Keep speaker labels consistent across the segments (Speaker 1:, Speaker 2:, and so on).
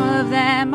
Speaker 1: time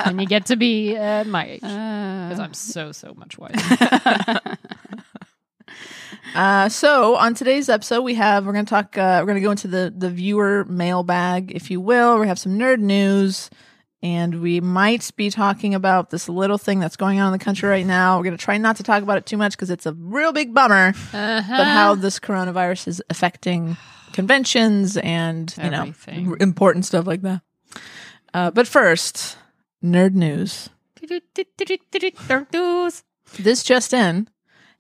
Speaker 2: when you get to be uh, my age.
Speaker 1: Uh-huh.
Speaker 2: Because I'm so so much wiser.
Speaker 3: Uh, so on today's episode, we have we're going to talk. Uh, we're going to go into the the viewer mailbag, if you will. We have some nerd news, and we might be talking about this little thing that's going on in the country right now. We're going to try not to talk about it too much because it's a real big bummer.
Speaker 2: Uh-huh.
Speaker 3: But how this coronavirus is affecting conventions and you
Speaker 2: Everything.
Speaker 3: know r- important stuff like that. Uh, but first, nerd news. This just in.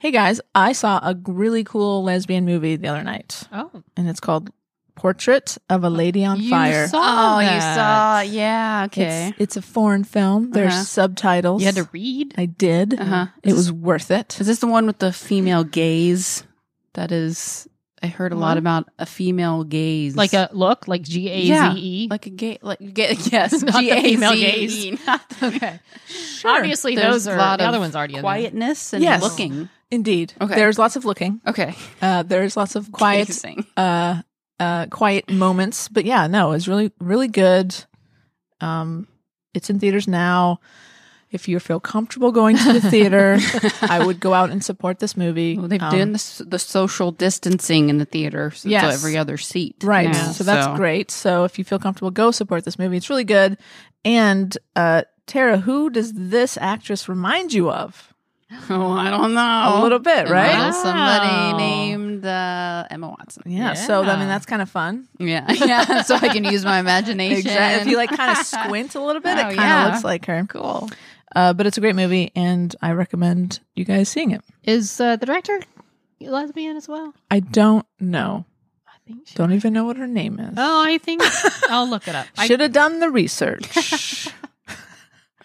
Speaker 3: Hey guys, I saw a really cool lesbian movie the other night
Speaker 2: Oh,
Speaker 3: and it's called Portrait of a Lady on Fire.
Speaker 1: Oh, you saw.
Speaker 2: that.
Speaker 1: Yeah. Okay.
Speaker 3: It's, it's a foreign film. There's
Speaker 1: Uh-huh.
Speaker 3: subtitles.
Speaker 2: You had to read.
Speaker 3: I did.
Speaker 1: Uh-huh.
Speaker 3: It was worth it.
Speaker 1: Is this the one with the female gaze? That is. I heard a lot
Speaker 2: What?
Speaker 1: about a female gaze.
Speaker 2: Like a look, like G A Z E.
Speaker 1: Like a gay, like gay, yes,
Speaker 2: Not the female
Speaker 1: G-A-Z-E, E, not the-
Speaker 2: Okay.
Speaker 3: Sure.
Speaker 2: Obviously,
Speaker 1: There's
Speaker 2: those are
Speaker 1: a lot
Speaker 2: the other
Speaker 1: of
Speaker 2: one's already in there.
Speaker 1: quietness and
Speaker 3: Yes.
Speaker 1: looking.
Speaker 3: Indeed.
Speaker 1: Okay.
Speaker 3: There's lots of looking.
Speaker 1: Okay,
Speaker 3: Uh, there's lots of quiet,
Speaker 1: Gazing.
Speaker 3: uh, uh, quiet moments. But yeah, no, it's really, really good. Um, it's in theaters now. If you feel comfortable going to the theater, I would go out and support this movie.
Speaker 1: Well, they've
Speaker 3: Um,
Speaker 1: done this, the social distancing in the theater, so
Speaker 3: Yes.
Speaker 1: it's every other seat.
Speaker 3: Right.
Speaker 2: Yeah.
Speaker 3: So that's great. So if you feel comfortable, go support this movie. It's really good. And uh, Tara, who does this actress remind you of?
Speaker 1: Oh, I don't know.
Speaker 3: A little bit,
Speaker 1: It
Speaker 3: right?
Speaker 1: reminds Somebody
Speaker 2: Wow.
Speaker 1: named uh, Emma Watson.
Speaker 3: Yeah. So I mean,
Speaker 2: Yeah.
Speaker 3: that's kind of fun.
Speaker 1: Yeah, yeah. so I can use my imagination.
Speaker 3: Exactly. If you like, kind of squint a little bit, it
Speaker 1: Oh,
Speaker 3: kind of
Speaker 1: yeah.
Speaker 3: looks like her.
Speaker 1: cool.
Speaker 3: Uh, but it's a great movie, and I recommend you guys seeing it.
Speaker 2: Is uh, the director lesbian as well?
Speaker 3: I don't know.
Speaker 2: I think. She-
Speaker 3: Don't even know what her name is.
Speaker 2: oh, I think I'll look it up. I,
Speaker 3: Should have done the research.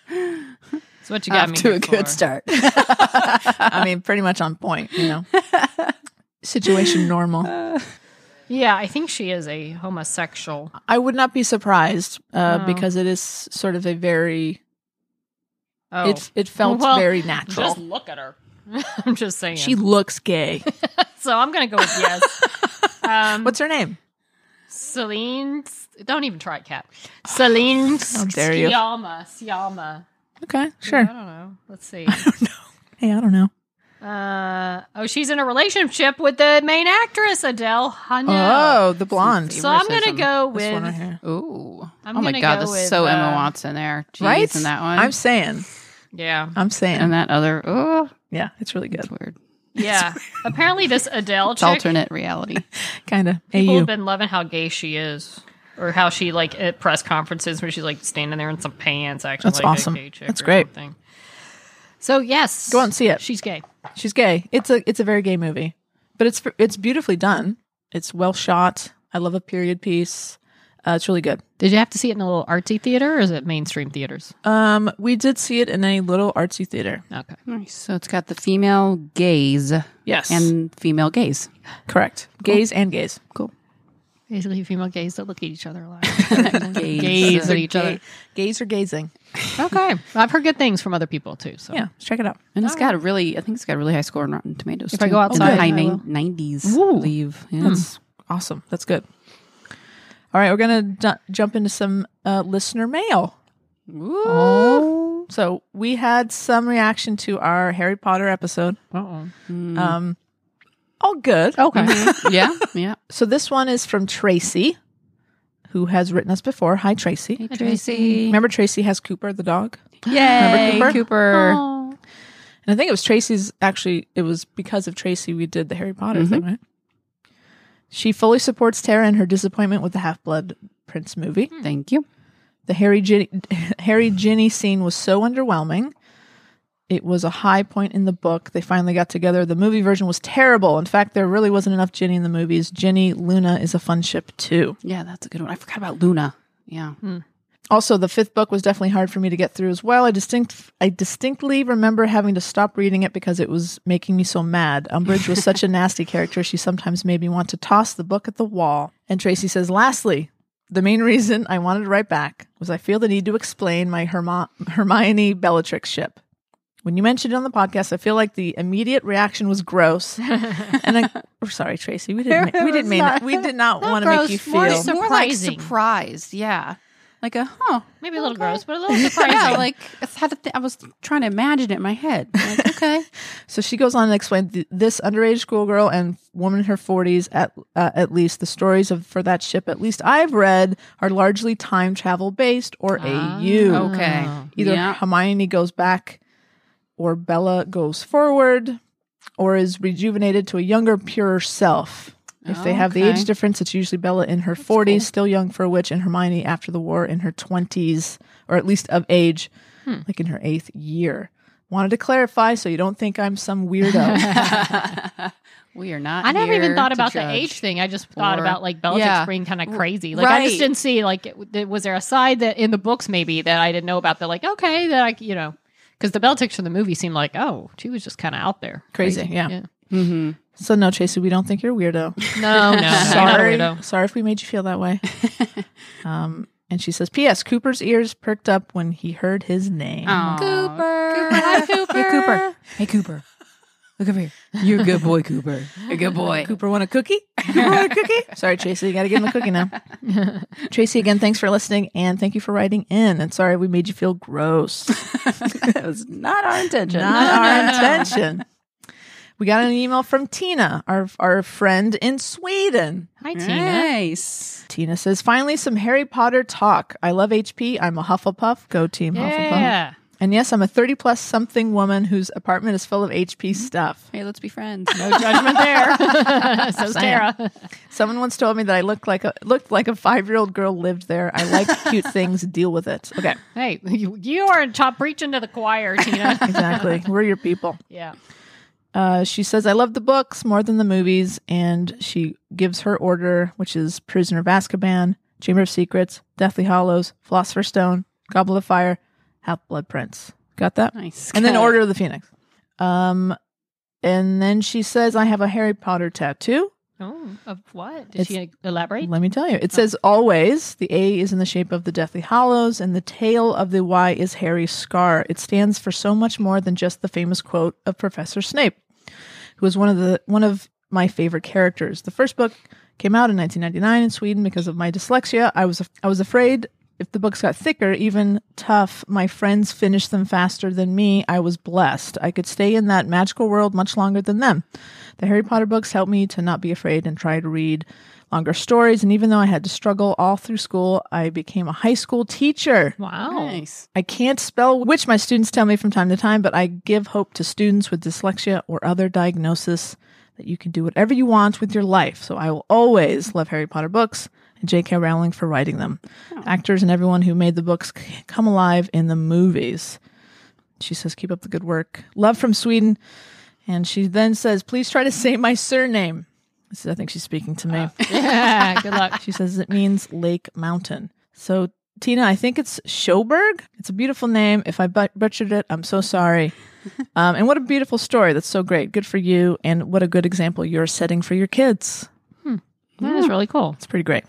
Speaker 2: it's what you got me here for.
Speaker 1: start.
Speaker 3: I mean, pretty much on point, you know. Situation normal.
Speaker 2: Yeah, I think she is a homosexual.
Speaker 3: I would not be surprised uh,
Speaker 2: Oh.
Speaker 3: because it is sort of a very
Speaker 2: Oh,
Speaker 3: it it felt
Speaker 2: Well,
Speaker 3: very natural.
Speaker 2: just look at her. I'm just saying.
Speaker 3: she looks gay.
Speaker 2: so I'm gonna go with yes. Um,
Speaker 3: What's her name?
Speaker 2: Celine? Don't even try it, Kat. Celine
Speaker 3: How dare you.
Speaker 2: Siama. Siama.
Speaker 3: Okay,
Speaker 2: I
Speaker 3: sure.
Speaker 2: don't know. Let's see.
Speaker 3: Hey, I don't know.
Speaker 2: Uh, oh, she's in a relationship with the main actress, Adele Hunnam.
Speaker 3: Oh, the blonde.
Speaker 2: so I'm gonna
Speaker 1: racism.
Speaker 2: go
Speaker 3: this one right
Speaker 2: with
Speaker 3: here.
Speaker 1: Ooh.
Speaker 2: I'm
Speaker 1: oh my
Speaker 2: gonna
Speaker 1: God,
Speaker 2: go
Speaker 1: this is
Speaker 2: with,
Speaker 1: so Emma
Speaker 2: uh,
Speaker 1: Watson there. Jeez,
Speaker 3: Right?
Speaker 1: And that one.
Speaker 3: I'm saying.
Speaker 2: yeah,
Speaker 3: I'm saying.
Speaker 1: and that other. Oh,
Speaker 3: yeah, it's really good.
Speaker 1: that's weird.
Speaker 2: yeah. Apparently, this Adele
Speaker 1: It's
Speaker 2: chick
Speaker 1: alternate reality.
Speaker 3: Kind of.
Speaker 2: people
Speaker 3: AU.
Speaker 2: have been loving how gay she is, or how she like at press conferences where she's like standing there in some pants, acting
Speaker 3: That's
Speaker 2: like
Speaker 3: awesome.
Speaker 2: a gay chick.
Speaker 3: That's
Speaker 2: or
Speaker 3: great.
Speaker 2: something. So yes,
Speaker 3: Go out and see it.
Speaker 2: She's gay.
Speaker 3: She's gay. It's a it's a very gay movie, but it's it's beautifully done. It's well shot. I love a period piece. Uh, it's really good.
Speaker 2: Did you have to see it in a little artsy theater, or is it mainstream theaters?
Speaker 3: Um, we did see it in a little artsy theater.
Speaker 2: Okay.
Speaker 1: nice. So it's got the female gaze
Speaker 3: Yes, and
Speaker 1: and female gaze.
Speaker 3: correct. Gays and gays.
Speaker 1: Cool.
Speaker 2: Basically, female gays that look at each other a lot.
Speaker 1: Gaze.
Speaker 2: gaze at each
Speaker 3: Ga-
Speaker 2: other.
Speaker 3: Gaze or gazing.
Speaker 2: Okay, I've heard good things from other people too. So
Speaker 3: Yeah, let's check it out.
Speaker 1: And it's got a really, I think it's got a really high score on Rotten Tomatoes.
Speaker 2: If I
Speaker 1: too.
Speaker 2: go
Speaker 1: It's in
Speaker 2: outside,
Speaker 1: the high
Speaker 2: I
Speaker 1: nine-
Speaker 2: will. Hmm.
Speaker 1: 90s,
Speaker 3: Ooh.
Speaker 1: I believe. Yeah.
Speaker 3: That's awesome. That's good. All right, we're gonna d- jump into some uh, listener mail.
Speaker 1: Ooh.
Speaker 2: Oh.
Speaker 3: So we had some reaction to our Harry Potter episode.
Speaker 2: Uh-oh.
Speaker 3: Um, all good.
Speaker 2: Mm-hmm.
Speaker 3: Mm-hmm.
Speaker 2: okay.
Speaker 1: yeah, yeah.
Speaker 3: So this one is from Tracy, who has written us before. Hi, Tracy.
Speaker 2: Hi, Tracy.
Speaker 3: Remember Tracy has Cooper the dog,
Speaker 1: Yay,
Speaker 3: Remember Cooper?
Speaker 1: Cooper.
Speaker 2: Oh.
Speaker 3: and I think it was Tracy's. Actually, it was because of Tracy we did the Harry Potter thing, right? She fully supports Tara in her disappointment with the Half Blood Prince movie.
Speaker 1: Thank you.
Speaker 3: The Harry Ginny, Harry Ginny scene was so underwhelming. It was a high point in the book. They finally got together. The movie version was terrible. In fact, there really wasn't enough Ginny in the movies. Ginny Luna is a fun ship too.
Speaker 1: Yeah, that's a good one. I forgot about Luna. Yeah.
Speaker 2: Hmm.
Speaker 3: Also, the fifth book was definitely hard for me to get through as well. I distinct I distinctly remember having to stop reading it because it was making me so mad. Umbridge was such a nasty character; she sometimes made me want to toss the book at the wall. And Tracy says, "Lastly, the main reason I wanted to write back was I feel the need to explain my Hermo- Hermione Bellatrix ship. When you mentioned it on the podcast, I feel like the immediate reaction was gross. and I, we're sorry, Tracy, we didn't ma- we didn't mean it. we did not,
Speaker 2: not
Speaker 3: want to make
Speaker 2: gross,
Speaker 3: you feel
Speaker 2: more
Speaker 1: It's more like
Speaker 2: Surprising.
Speaker 1: surprised. Yeah. Like a, huh.
Speaker 2: Maybe a little
Speaker 1: okay.
Speaker 2: gross, but a little surprising.
Speaker 1: Yeah, like I, had to th- I was trying to imagine it in my head. Like, okay.
Speaker 3: So she goes on to explain th- this underage schoolgirl and woman in her 40s, at uh, at least the stories of for that ship, at least I've read, are largely time travel based or AU.
Speaker 1: Okay.
Speaker 2: Hmm.
Speaker 3: Either
Speaker 1: Yeah.
Speaker 3: Hermione goes back, or Bella goes forward, or is rejuvenated to a younger, purer self. If they have the
Speaker 1: Okay.
Speaker 3: age difference, it's usually Bella in her 40s, still young for a witch, and Hermione after the war in her 20s, or at least of age,
Speaker 1: Hmm.
Speaker 3: like in her eighth year. Wanted to clarify so you don't think I'm some weirdo.
Speaker 1: we are not.
Speaker 2: I never even
Speaker 1: here
Speaker 2: thought
Speaker 1: to
Speaker 2: about the
Speaker 1: judge.
Speaker 2: age thing. I just thought
Speaker 1: Or-
Speaker 2: about like Bellatrix
Speaker 1: Yeah.
Speaker 2: being kind of crazy. Like I
Speaker 1: Right.
Speaker 2: just didn't see like it- th- was there a side that in the books maybe that I didn't know about that like okay that I c- you know because the Bellatrix from the movie seemed like oh she was just kind of out there
Speaker 3: Crazy, yeah. so, no, Tracy, we don't think you're a weirdo.
Speaker 2: No, no, no
Speaker 3: sorry,
Speaker 2: you're not a weirdo.
Speaker 3: sorry if we made you feel that way. um, and she says, P.S. Cooper's ears perked up when he heard his name.
Speaker 2: Oh.
Speaker 1: Aw.
Speaker 2: Hi, Cooper.
Speaker 1: Hey, Cooper. Hey, Cooper. Look over here. You're a good boy, Cooper. A good boy.
Speaker 3: Cooper want a cookie? Cooper want a cookie? Sorry, Tracy, you got to give him a cookie now. Tracy, again, thanks for listening and thank you for writing in. And sorry we made you feel gross.
Speaker 1: that was not our intention.
Speaker 3: Not our intention. We got an email from Tina, our our friend in Sweden.
Speaker 2: Hi Tina.
Speaker 1: nice.
Speaker 3: Tina says, "Finally, some Harry Potter talk. I love HP. I'm a Hufflepuff. Go team Hufflepuff.
Speaker 2: Yeah.
Speaker 3: And yes, I'm a 30 plus something woman whose apartment is full of HP stuff.
Speaker 1: Hey, let's be friends.
Speaker 2: No judgment there. so Sarah.
Speaker 3: Someone once told me that I looked like a looked like a five year old girl lived there. I like cute things. Deal with it. Okay,
Speaker 2: Hey, you, you are top preaching to the choir, Tina.
Speaker 3: exactly. We're your people."
Speaker 2: yeah.
Speaker 3: Uh, she says, I love the books more than the movies. And she gives her order, which is Prisoner of Azkaban, Chamber of Secrets, Deathly Hollows, Philosopher's Stone, Goblet of Fire, Half Blood Prince. Got that?
Speaker 1: Nice.
Speaker 3: And then
Speaker 1: Got it.
Speaker 3: Order of the Phoenix. Um, and then she says, I have a Harry Potter tattoo.
Speaker 2: Oh, of what? Did
Speaker 3: It's-
Speaker 2: she elaborate?
Speaker 3: Let me tell you. It says, always, the A is in the shape of the Deathly Hollows, and the tail of the Y is Harry's scar. It stands for so much more than just the famous quote of Professor Snape. who was one of the one of my favorite characters. The first book came out in 1999 in Sweden because of my dyslexia. I was af- I was afraid if the books got thicker, even tough, my friends finished them faster than me. I was blessed. I could stay in that magical world much longer than them. The Harry Potter books helped me to not be afraid and try to read longer stories. And even though I had to struggle all through school, I became a high school teacher.
Speaker 2: Wow.
Speaker 1: Nice.
Speaker 3: I can't spell, which my students tell me from time to time, but I give hope to students with dyslexia or other diagnosis that you can do whatever you want with your life. So I will always love Harry Potter books and J.K. Rowling for writing them. Actors and everyone who made the books c- come alive in the movies. She says, keep up the good work. Love from Sweden. And she then says, please try to say my surname. This is, I think she's speaking to me.
Speaker 2: Yeah. Good luck.
Speaker 3: She says it means Lake Mountain. So, Tina, I think it's Schoberg. It's a beautiful name. If I but- butchered it, I'm so sorry. Um, and what a beautiful story. That's so great. Good for you. And what a good example you're setting for your kids.
Speaker 2: That is really cool.
Speaker 3: It's pretty great.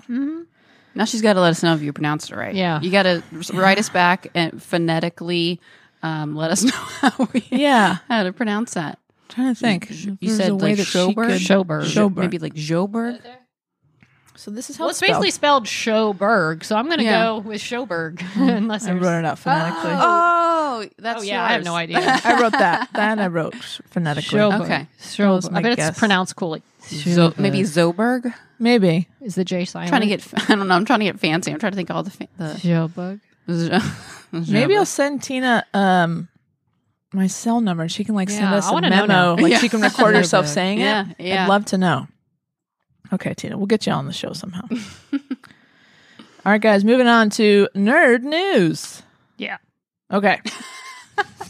Speaker 1: Now she's got to let us know if you pronounced it right.
Speaker 2: Yeah.
Speaker 1: You got to write us back and phonetically um, let us know how we
Speaker 3: Yeah.
Speaker 1: how to pronounce that.
Speaker 3: trying to think.
Speaker 1: You said like Schober?
Speaker 2: Schoberg.
Speaker 3: Schoberg.
Speaker 1: Maybe like Joburg.
Speaker 3: So this is how
Speaker 2: Well, it's basically spelled Schoberg, so I'm going to
Speaker 1: Yeah. Mm-hmm.
Speaker 2: go with Schoberg. unless
Speaker 3: I
Speaker 2: there's-
Speaker 3: wrote it out phonetically.
Speaker 1: Oh, that's
Speaker 2: Oh, yeah, I have
Speaker 1: yours.
Speaker 2: no idea.
Speaker 3: I wrote that. That I wrote phonetically.
Speaker 2: Schoberg.
Speaker 1: Okay.
Speaker 3: was
Speaker 2: Schoberg.
Speaker 3: my
Speaker 2: I bet
Speaker 3: guess.
Speaker 2: it's pronounced cool. Like,
Speaker 1: Zo- maybe Zoberg. I'm
Speaker 3: Maybe.
Speaker 2: is the J silent?
Speaker 1: trying to get. I don't know. I'm trying to get fancy. I'm trying to think of all the. Fa- the
Speaker 2: Schoberg.
Speaker 3: Maybe I'll send Tina um my cell number. She can like send
Speaker 2: Yeah,
Speaker 3: us
Speaker 2: I
Speaker 3: a
Speaker 2: wanna
Speaker 3: memo.
Speaker 2: know now.
Speaker 3: Like
Speaker 1: Yeah.
Speaker 3: she can record herself saying
Speaker 1: Yeah,
Speaker 3: it.
Speaker 1: yeah.
Speaker 3: I'd love to know. Okay, Tina, we'll get you on the show somehow. All right, guys, moving on to nerd news.
Speaker 2: Yeah.
Speaker 3: Okay.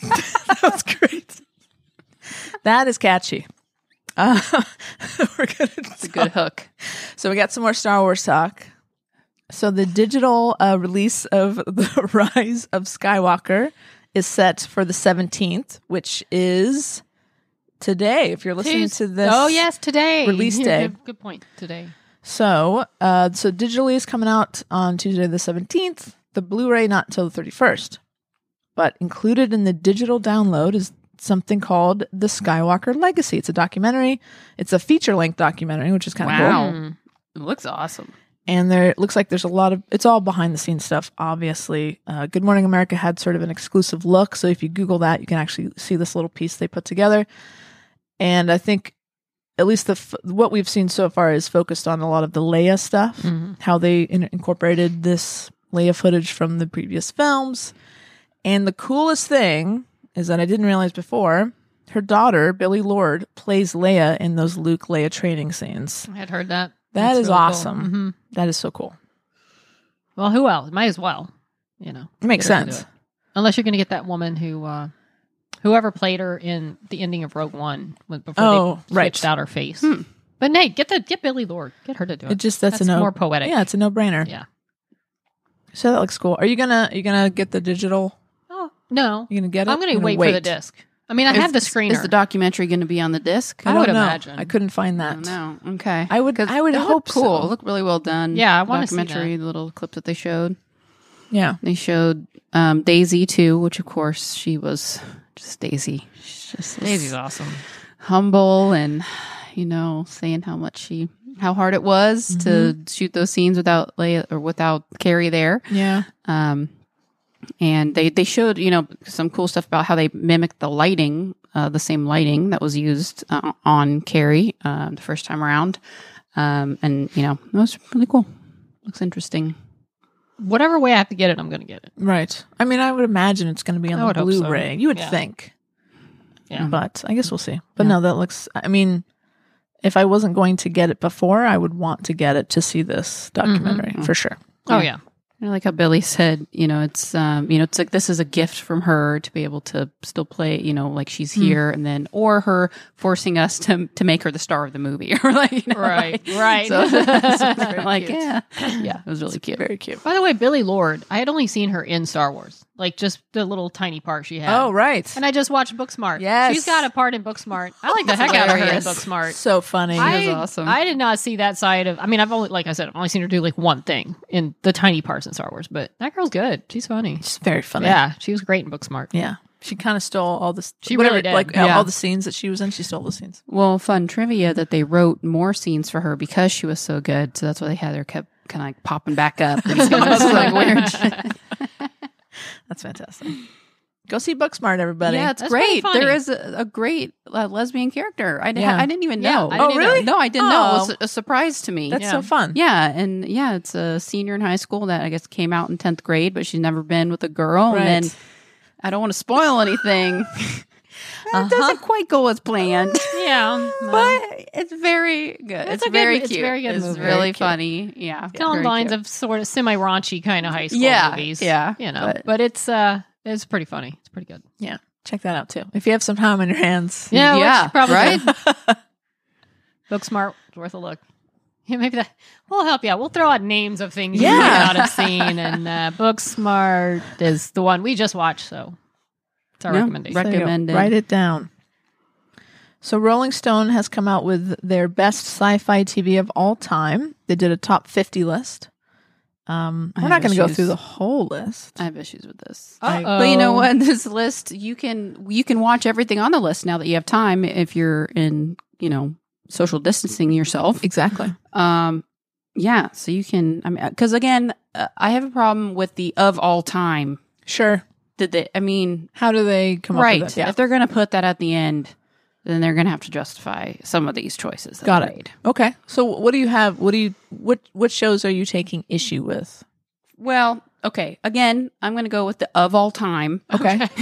Speaker 3: that was great. That is catchy. Uh, we're gonna
Speaker 1: It's a good
Speaker 2: Oh,
Speaker 1: hook.
Speaker 3: so we got some more Star Wars talk. So the digital uh, release of the Rise of Skywalker is set for the seventeenth, which is today. If you're listening to this,
Speaker 2: Oh yes, today
Speaker 3: release
Speaker 2: Yeah,
Speaker 3: day.
Speaker 2: Good, good point. Today.
Speaker 3: So, uh, so digitally is coming out on Tuesday the seventeenth. The Blu-ray not until the thirty-first, but included in the digital download is something called the Skywalker Legacy. It's a documentary. It's a feature-length documentary, which is kind of cool.
Speaker 1: Wow. It looks awesome.
Speaker 3: and there it looks like there's a lot of it's all behind the scenes stuff obviously uh, good morning america had sort of an exclusive look so if you google that you can actually see this little piece they put together and i think at least the f- what we've seen so far is focused on a lot of the leia stuff how they in- incorporated this leia footage from the previous films and the coolest thing is that i didn't realize before her daughter billy lord plays leia in those luke leia training scenes
Speaker 2: I had heard that.
Speaker 3: That's
Speaker 2: That's really
Speaker 3: really
Speaker 2: cool. Mhm.
Speaker 3: awesome. that is so cool
Speaker 2: Well, who else? Might as well. You know,
Speaker 3: Makes
Speaker 2: get her to do
Speaker 3: sense.
Speaker 2: it. Unless you're going to get that woman who, uh, whoever played her in the ending of Rogue One when- before
Speaker 3: Oh,
Speaker 2: they
Speaker 3: right. Hmm.
Speaker 2: switched out her face. But Nate, get the get Billy Lord, get her to do it.
Speaker 3: It just that's,
Speaker 2: That's
Speaker 3: a no,
Speaker 2: more poetic.
Speaker 3: Yeah, it's a no brainer.
Speaker 2: Yeah.
Speaker 3: So that looks cool. Are you gonna are you gonna get the digital?
Speaker 2: Oh no,
Speaker 3: You gonna get it?
Speaker 2: I'm going
Speaker 3: You
Speaker 2: to wait, for the disc. I mean, I have the screener.
Speaker 1: Is the documentary going to be on the disc?
Speaker 2: I
Speaker 3: don't
Speaker 2: would
Speaker 3: know.
Speaker 2: imagine.
Speaker 3: I couldn't find that.
Speaker 1: No. Okay.
Speaker 3: I would-
Speaker 1: 'Cause
Speaker 3: I would
Speaker 1: it looked
Speaker 3: hope
Speaker 1: cool.
Speaker 3: so.
Speaker 1: It looked really well done.
Speaker 2: Yeah, I wanna see
Speaker 1: documentary. The little clips that they showed.
Speaker 3: Yeah.
Speaker 1: They showed um, Daisy too, which of course she was just Daisy. She's just this
Speaker 2: Daisy's awesome.
Speaker 1: humble and you know saying how much she how hard it was
Speaker 2: Mm-hmm.
Speaker 1: to shoot those scenes without Leia or without Carrie there.
Speaker 3: Yeah.
Speaker 1: Um, and they they showed you know some cool stuff about how they mimicked the lighting, uh, the same lighting that was used uh, on Carrie uh, the first time around. Um, and you know that was really cool. Looks interesting.
Speaker 2: Whatever way I have to get it, I'm going to get it.
Speaker 3: Right. I mean, I would imagine it's gonna be
Speaker 2: I
Speaker 3: on
Speaker 2: would
Speaker 3: the
Speaker 2: hope so.
Speaker 3: Blu-ray. You would
Speaker 2: Yeah.
Speaker 3: think.
Speaker 2: Yeah.
Speaker 3: But I guess we'll see. But no, that looks. I mean, if I wasn't going to get it before, I would want to get it to see this
Speaker 2: Mm-hmm.
Speaker 3: documentary for sure.
Speaker 2: Oh yeah,
Speaker 1: You know, like how Billy said, you know, it's um, you know, it's like this is a gift from her to be able to still play, you know, like she's
Speaker 2: Hmm.
Speaker 1: here, and then or her forcing us to to make her the star of the movie, or like you know,
Speaker 2: Right,
Speaker 1: like-
Speaker 2: right.
Speaker 1: So, so they're
Speaker 2: Very
Speaker 1: like
Speaker 2: cute.
Speaker 1: yeah, yeah, it was really cute.
Speaker 3: Very cute.
Speaker 2: By the way, Billy Lord, I had only seen her in Star Wars, like just the little tiny part she had.
Speaker 3: Oh right.
Speaker 2: And I just watched Booksmart.
Speaker 3: Yes.
Speaker 2: She's got a part in Booksmart. I like the heck out of her in
Speaker 1: Hilarious.
Speaker 2: Booksmart.
Speaker 3: so funny.
Speaker 2: I,
Speaker 1: awesome.
Speaker 2: I did not see that side of. I mean, I've only, like I said, I've only seen her do like one thing in the tiny parts in Star Wars, but that girl's good. She's funny.
Speaker 3: She's very funny.
Speaker 2: Yeah, she was great in Booksmart.
Speaker 3: Yeah. She kind of stole all the
Speaker 2: She
Speaker 3: whatever,
Speaker 2: really did.
Speaker 3: like uh,
Speaker 2: Yeah.
Speaker 3: all the scenes that she was in. She stole the scenes.
Speaker 1: Well, fun trivia that they wrote more scenes for her because she was so good, so that's why they had her kept kind of like popping back up. And just going, this is like weird.
Speaker 3: That's fantastic. Go see Booksmart, everybody.
Speaker 1: Yeah, it's
Speaker 2: That's pretty
Speaker 1: great. There
Speaker 2: funny.
Speaker 1: is a, a great uh, lesbian character. I, didn't
Speaker 3: Yeah.
Speaker 1: I didn't even
Speaker 2: Yeah,
Speaker 1: know.
Speaker 2: I didn't
Speaker 3: Oh, really? either.
Speaker 1: No, I didn't know. It
Speaker 3: Oh.
Speaker 1: was a surprise to me.
Speaker 3: That's
Speaker 2: Yeah.
Speaker 3: so fun.
Speaker 1: yeah, and yeah, it's a senior in high school that I guess came out in tenth grade, but she's never been with a girl.
Speaker 3: Right.
Speaker 1: And then I don't want to spoil anything.
Speaker 3: Uh-huh.
Speaker 1: Uh-huh. It doesn't quite go as planned,
Speaker 2: Yeah,
Speaker 1: but it's very good. It's,
Speaker 2: It's a good-
Speaker 1: very
Speaker 2: it's
Speaker 1: cute.
Speaker 2: very good
Speaker 1: It's
Speaker 2: movie.
Speaker 1: really
Speaker 2: Very cute.
Speaker 1: funny. Yeah,
Speaker 2: kind of on
Speaker 1: very
Speaker 2: lines
Speaker 1: cute.
Speaker 2: of sort of semi raunchy kind of high school
Speaker 1: Yeah,
Speaker 2: movies.
Speaker 1: yeah,
Speaker 2: you know,
Speaker 1: but-
Speaker 2: but, it's uh, it's pretty funny. It's pretty good.
Speaker 3: Yeah. Check that out too. If you have some time on your hands.
Speaker 2: Yeah,
Speaker 1: Yeah,
Speaker 2: which probably
Speaker 1: right?
Speaker 2: Booksmart worth a look. Yeah, maybe that we'll help you out. We'll throw out names of things
Speaker 3: Yeah.
Speaker 2: you may not have seen, and uh, Booksmart is the one we just watched, so it's our
Speaker 1: Yeah,
Speaker 2: recommendation.
Speaker 1: rec-
Speaker 3: There you go.
Speaker 1: Recommended.
Speaker 3: Write it down. So Rolling Stone has come out with their best sci-fi TV of all time. They did a top 50 list. Um,
Speaker 1: I
Speaker 3: we're
Speaker 1: have
Speaker 3: not going to go
Speaker 1: issues.
Speaker 3: through the whole list.
Speaker 1: I have issues with this.
Speaker 2: Uh-oh.
Speaker 1: But you know what? This list, you can you can watch everything on the list now that you have time. If you're in, you know, social distancing yourself,
Speaker 3: Exactly.
Speaker 1: um, yeah. So you can. I mean, because again, uh, I have a problem with the of all time.
Speaker 3: Sure.
Speaker 1: Did they? I mean,
Speaker 3: How do they come
Speaker 1: right?
Speaker 3: up with it? Yeah.
Speaker 1: If they're going to put that at the end, then they're going to have to justify some of these choices. that
Speaker 3: Got
Speaker 1: they
Speaker 3: it.
Speaker 1: made.
Speaker 3: Okay. So what do you have? What do you what what shows are you taking issue with?
Speaker 1: Well, okay. Again, I'm going to go with the of all time.
Speaker 3: Okay. sure.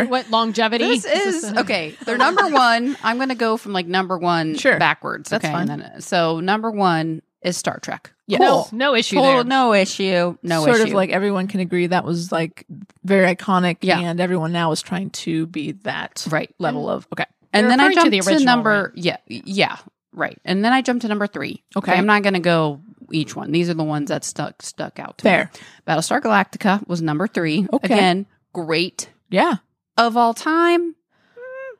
Speaker 2: It's what longevity.
Speaker 1: Oh, This
Speaker 2: This
Speaker 1: is okay. They're number one. I'm going to go from like number one
Speaker 3: Sure.
Speaker 1: backwards.
Speaker 3: That's
Speaker 1: okay,
Speaker 3: fine.
Speaker 1: And then, so number one is Star Trek.
Speaker 3: Yeah.
Speaker 2: no,
Speaker 3: Cool.
Speaker 2: no issue
Speaker 1: Total
Speaker 2: there.
Speaker 1: no issue. No
Speaker 3: sort
Speaker 1: issue.
Speaker 3: of like everyone can agree that was like very iconic
Speaker 1: Yeah.
Speaker 3: and everyone now is trying to be that
Speaker 1: right.
Speaker 3: level of okay.
Speaker 1: And
Speaker 2: They're
Speaker 1: then I
Speaker 2: referring
Speaker 1: jumped
Speaker 2: to
Speaker 1: to,
Speaker 2: the original,
Speaker 1: number. Yeah. Yeah. Right. And then I jumped to number three.
Speaker 3: Okay.
Speaker 1: I'm not going to go each one. These are the ones that stuck stuck out. To me.
Speaker 3: Fair.
Speaker 1: Battlestar Galactica was number three.
Speaker 3: Okay.
Speaker 1: Again, great
Speaker 3: Yeah.
Speaker 1: of all time. Mm,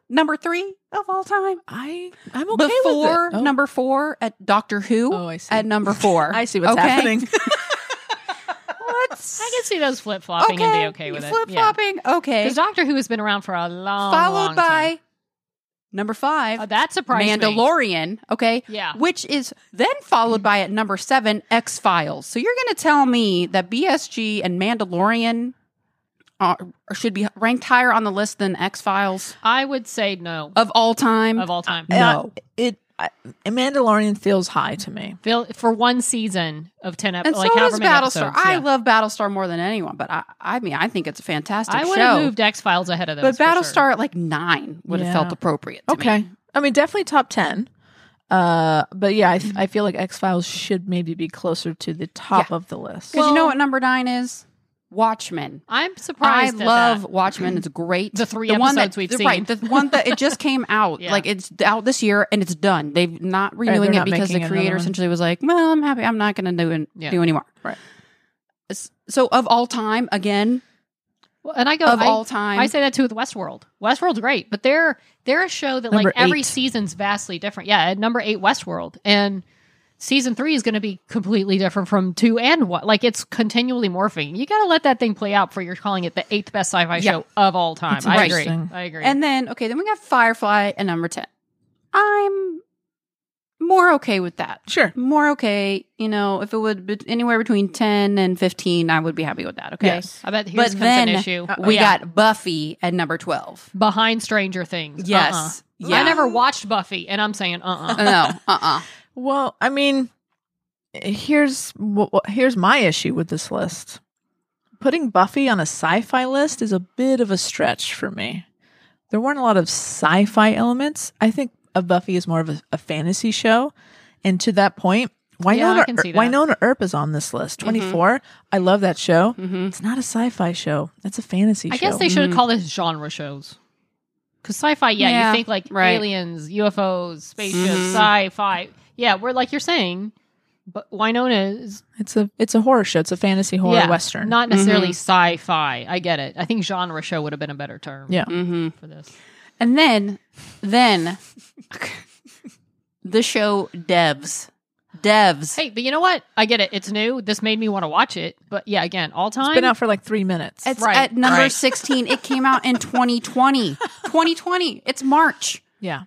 Speaker 1: Number three of all time.
Speaker 3: I I'm okay
Speaker 1: before
Speaker 3: with it. Oh.
Speaker 1: number four at Doctor Who.
Speaker 3: Oh, I see.
Speaker 1: At number four,
Speaker 3: I see what's
Speaker 1: Okay?
Speaker 3: happening.
Speaker 1: Let's
Speaker 2: I can see those flip flopping and be okay with
Speaker 1: flip
Speaker 2: it. Yeah.
Speaker 1: flopping. Okay,
Speaker 2: Because Doctor Who has been around for a long,
Speaker 1: followed
Speaker 2: long time.
Speaker 1: by number five,
Speaker 2: Oh, that surprised me.
Speaker 1: Mandalorian. Okay,
Speaker 2: Yeah.
Speaker 1: which is then followed by at number seven, X Files. So you're going to tell me that BSG and Mandalorian are, should be ranked higher on the list than X Files
Speaker 2: I would say no
Speaker 1: of all time?
Speaker 2: of all time.
Speaker 3: And I-
Speaker 1: No.
Speaker 3: Uh, it I, Mandalorian feels high to me.
Speaker 2: Feel- for one season of ten
Speaker 1: and
Speaker 2: episodes, like
Speaker 1: so
Speaker 2: however
Speaker 1: does
Speaker 2: many
Speaker 1: Battlestar.
Speaker 2: episodes.
Speaker 1: I
Speaker 2: yeah.
Speaker 1: love Battlestar more than anyone, but I, I mean, I think it's a fantastic
Speaker 2: I would
Speaker 1: show.
Speaker 2: have moved X Files ahead of those.
Speaker 1: But
Speaker 2: for
Speaker 1: Battlestar
Speaker 2: sure.
Speaker 1: at like nine would
Speaker 3: Yeah.
Speaker 1: have felt appropriate. to
Speaker 3: Okay.
Speaker 1: me.
Speaker 3: I mean, definitely top 10. Uh, but yeah, I, f- I feel like X Files should maybe be closer to the top of the list.
Speaker 1: Because you know what number nine is? Watchmen.
Speaker 2: I'm
Speaker 1: I
Speaker 2: surprised. at
Speaker 1: love
Speaker 2: that.
Speaker 1: Watchmen. It's great.
Speaker 2: The three episodes
Speaker 1: that,
Speaker 2: we've
Speaker 1: the,
Speaker 2: seen.
Speaker 1: Right. The one that it just came out.
Speaker 2: Yeah.
Speaker 1: Like it's out this year and it's done. They've not renewing
Speaker 3: they're
Speaker 1: it
Speaker 3: not
Speaker 1: because
Speaker 3: making
Speaker 1: the
Speaker 3: another
Speaker 1: creator
Speaker 3: one.
Speaker 1: essentially was like, well, I'm happy. I'm not going to do, an,
Speaker 2: Yeah.
Speaker 1: do anymore.
Speaker 3: Right.
Speaker 1: S- So of all time, again,
Speaker 2: Well, and I go
Speaker 1: of
Speaker 2: I-
Speaker 1: all time.
Speaker 2: I say that too with Westworld. Westworld's great, but they're they're a show that
Speaker 3: Number
Speaker 2: like every
Speaker 3: eight.
Speaker 2: season's vastly different. Yeah, at number eight, Westworld, and season three is going to be completely different from two and one. Like it's continually morphing. You got to let that thing play out. For you're calling it the eighth best sci-fi
Speaker 1: Yeah.
Speaker 2: show of all time.
Speaker 3: That's
Speaker 2: I agree.
Speaker 3: interesting.
Speaker 2: I agree.
Speaker 1: And then okay, then we got Firefly at number ten. I'm more okay with that.
Speaker 3: Sure.
Speaker 1: More okay. You know, if it would be anywhere between ten and fifteen, I would be happy with that. Okay.
Speaker 3: Yes.
Speaker 2: I bet here's
Speaker 1: But
Speaker 2: comes
Speaker 1: then uh,
Speaker 2: an issue. Oh,
Speaker 1: we
Speaker 2: Yeah.
Speaker 1: got Buffy at number twelve.
Speaker 2: behind Stranger Things.
Speaker 1: Yes.
Speaker 2: Uh-uh.
Speaker 1: Yeah.
Speaker 2: I never watched Buffy, and I'm saying, uh, uh
Speaker 1: no. Uh. uh
Speaker 3: Well, I mean, here's wh- wh- here's my issue with this list. Putting Buffy on a sci-fi list is a bit of a stretch for me. There weren't a lot of sci-fi elements. I think of Buffy is more of a, a fantasy show, and to that point,
Speaker 2: Yeah, I
Speaker 3: Winona
Speaker 2: can
Speaker 3: Ear-
Speaker 2: see that. Mm-hmm.
Speaker 3: Winona Earp is on this list. Twenty I love that show.
Speaker 1: Mhm.
Speaker 3: It's not a sci-fi show. It's a fantasy
Speaker 2: I
Speaker 3: show. Mm-hmm.
Speaker 2: guess they should call this genre shows. Because sci-fi, yeah,
Speaker 1: Yeah,
Speaker 2: you think like
Speaker 1: right.
Speaker 2: aliens, UFOs, spaceships,
Speaker 3: Mm-hmm.
Speaker 1: Mhm.
Speaker 2: sci-fi. Yeah, we're like you're saying, but Winona is
Speaker 3: it's a it's a horror show. It's a fantasy horror
Speaker 2: yeah,
Speaker 3: western. Mm-hmm.
Speaker 2: not necessarily sci-fi. I get it. I think genre show would have been a better term.
Speaker 3: Yeah.
Speaker 1: Mm-hmm.
Speaker 2: for this.
Speaker 1: And then, then the show Devs. Devs.
Speaker 2: Hey, but you know what? I get it. It's new. This made me want to watch it. But yeah, again, all time.
Speaker 3: been out for like three minutes.
Speaker 1: It's
Speaker 2: Right,
Speaker 1: at number
Speaker 2: right.
Speaker 1: 16. It came out in 2020. 2020. It's March
Speaker 3: yeah.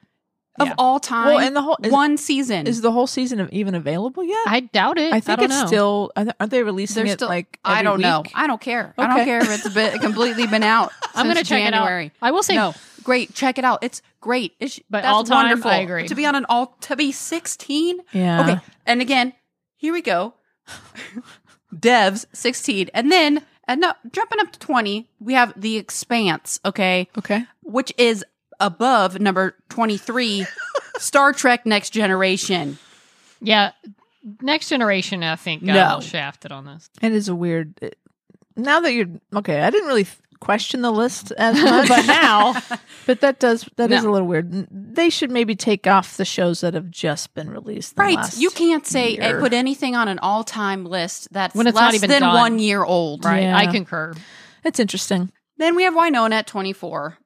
Speaker 1: of
Speaker 2: Yeah.
Speaker 1: all time.
Speaker 3: Well, and the whole- is-
Speaker 1: one season.
Speaker 3: Is the whole season of even available yet?
Speaker 2: I doubt it.
Speaker 3: I think
Speaker 2: don't
Speaker 3: it's
Speaker 2: know.
Speaker 3: still. are they- Aren't they releasing
Speaker 1: They're
Speaker 3: it like?
Speaker 1: I
Speaker 3: every
Speaker 1: don't know.
Speaker 3: week?
Speaker 1: I don't care. I don't
Speaker 3: Okay.
Speaker 1: care if it's been, completely been out.
Speaker 2: I'm
Speaker 1: going
Speaker 2: gonna
Speaker 1: to
Speaker 2: check
Speaker 1: January.
Speaker 2: it out. I will say
Speaker 1: No, great. Check it out. It's great. It's
Speaker 2: But
Speaker 1: that's
Speaker 2: all time,
Speaker 1: wonderful.
Speaker 2: I agree.
Speaker 1: To be on an all to be 16.
Speaker 3: Yeah.
Speaker 1: Okay. And again, here we go. Devs 16, and then and no, jumping up to 20, we have The Expanse. Okay.
Speaker 3: Okay.
Speaker 1: which is above number 23 Star Trek Next Generation.
Speaker 2: Yeah, Next Generation. I think got a
Speaker 1: No.
Speaker 2: little shafted on this.
Speaker 3: It is a weird. it- now that you're okay, I didn't really th- question the list as much, but now, but that does that is
Speaker 1: No.
Speaker 3: a little weird. N- They should maybe take off the shows that have just been released. the last
Speaker 1: You can't say
Speaker 3: year.
Speaker 1: and put anything on an all-time list that's
Speaker 2: When it's
Speaker 1: less
Speaker 2: not even
Speaker 1: than
Speaker 2: done.
Speaker 1: 1 year old.
Speaker 2: Right,
Speaker 3: Yeah.
Speaker 2: I concur.
Speaker 3: It's interesting.
Speaker 1: Then we have Winona at 24.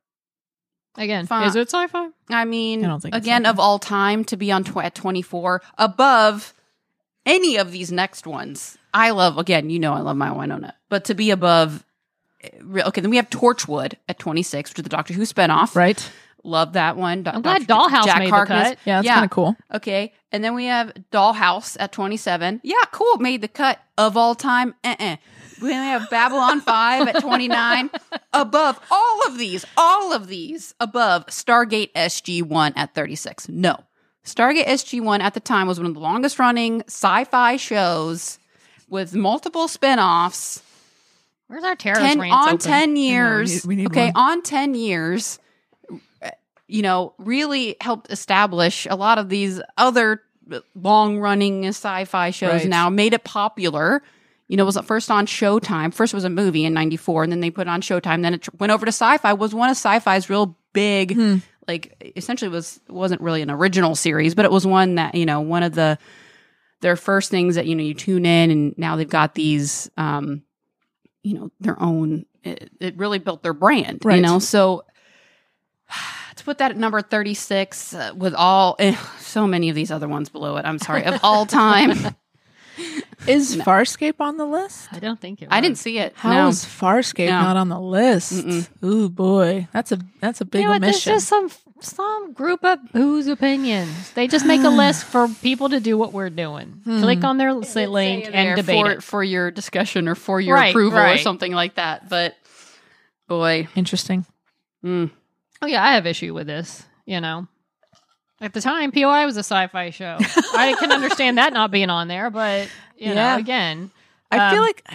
Speaker 2: Again,
Speaker 1: Fine.
Speaker 2: is it sci-fi?
Speaker 1: I mean,
Speaker 3: I don't think it's
Speaker 1: again,
Speaker 3: that
Speaker 1: of all time to be on tw- at 24 above any of these next ones. I love, again, you know, I love my Winona, but to be above, eh, re- okay, then we have Torchwood at 26, which is the Doctor Who spinoff.
Speaker 3: right?
Speaker 1: Love that one. Do-
Speaker 2: I'm glad
Speaker 1: Doctor Who-
Speaker 2: Dollhouse
Speaker 1: Jack
Speaker 2: made
Speaker 1: Harkness.
Speaker 2: the cut.
Speaker 3: Yeah, that's
Speaker 1: Yeah.
Speaker 3: kind of cool.
Speaker 1: Okay. And then we have Dollhouse at 27. Yeah, cool. It Made the cut of all time. Uh-uh. We then have Babylon 5 at 29. Above all of these, all of these above Stargate SG1 at 36. No. Stargate SG1 at the time was one of the longest running sci fi shows with multiple spin offs.
Speaker 2: Where's our terrorist
Speaker 1: 10
Speaker 2: rants
Speaker 1: on
Speaker 2: open?
Speaker 1: 10 years
Speaker 3: we need
Speaker 1: okay
Speaker 3: one.
Speaker 1: on 10 years uh, you know really helped establish a lot of these other long running sci-fi shows
Speaker 3: Right.
Speaker 1: now made it popular you know it was first on showtime first it was a movie in 94 and then they put it on showtime then it tr- went over to sci-fi was one of sci-fi's real big
Speaker 3: Hmm.
Speaker 1: like essentially was wasn't really an original series but it was one that you know one of the their first things that you know you tune in and now they've got these um you know their own it, it really built their brand you
Speaker 3: Right.
Speaker 1: know so to put that at number 36 uh, with all eh, so many of these other ones below it i'm sorry of all time
Speaker 3: Is Farscape on the list?
Speaker 2: I don't think it.
Speaker 1: i
Speaker 2: was.
Speaker 1: didn't see it
Speaker 3: How
Speaker 1: no.
Speaker 3: is Farscape
Speaker 1: No.
Speaker 3: not on the list?
Speaker 1: Mm-mm.
Speaker 3: Ooh boy, that's a that's a big
Speaker 2: You know what? There's
Speaker 3: omission.
Speaker 2: just some some group up whose opinions they just make a list for people to do what we're doing.
Speaker 1: Hmm.
Speaker 2: Click on their say link and
Speaker 1: there
Speaker 2: debate
Speaker 1: for,
Speaker 2: it.
Speaker 1: for your discussion or for your
Speaker 2: Right,
Speaker 1: approval or
Speaker 2: right.
Speaker 1: something like that but boy
Speaker 3: Interesting.
Speaker 1: mm,
Speaker 2: Oh yeah, I have issue with this. You know, at the time, POI was a sci-fi show. I can understand that not being on there, but you
Speaker 3: Yeah.
Speaker 2: know, again,
Speaker 3: I feel
Speaker 2: Um,
Speaker 3: like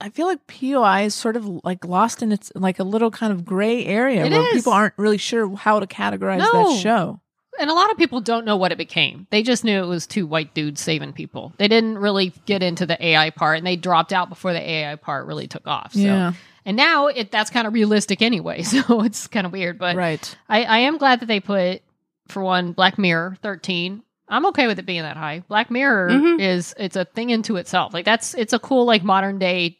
Speaker 3: I feel like POI is sort of like lost in its like a little kind of gray area
Speaker 2: It
Speaker 3: where
Speaker 2: is.
Speaker 3: people aren't really sure how to categorize
Speaker 2: No.
Speaker 3: that show.
Speaker 2: and a lot of people don't know what it became. They just knew it was two white dudes saving people. They didn't really get into the AI part, and they dropped out before the AI part really took off. So.
Speaker 3: Yeah.
Speaker 2: And now it that's kind of realistic anyway, so it's kind of weird. But
Speaker 3: right.
Speaker 2: I, I am glad that they put for one Black Mirror thirteen. I'm okay with it being that high. Black Mirror
Speaker 3: Mm-hmm.
Speaker 1: Mhm.
Speaker 2: is it's a thing into itself. Like that's it's a cool like modern day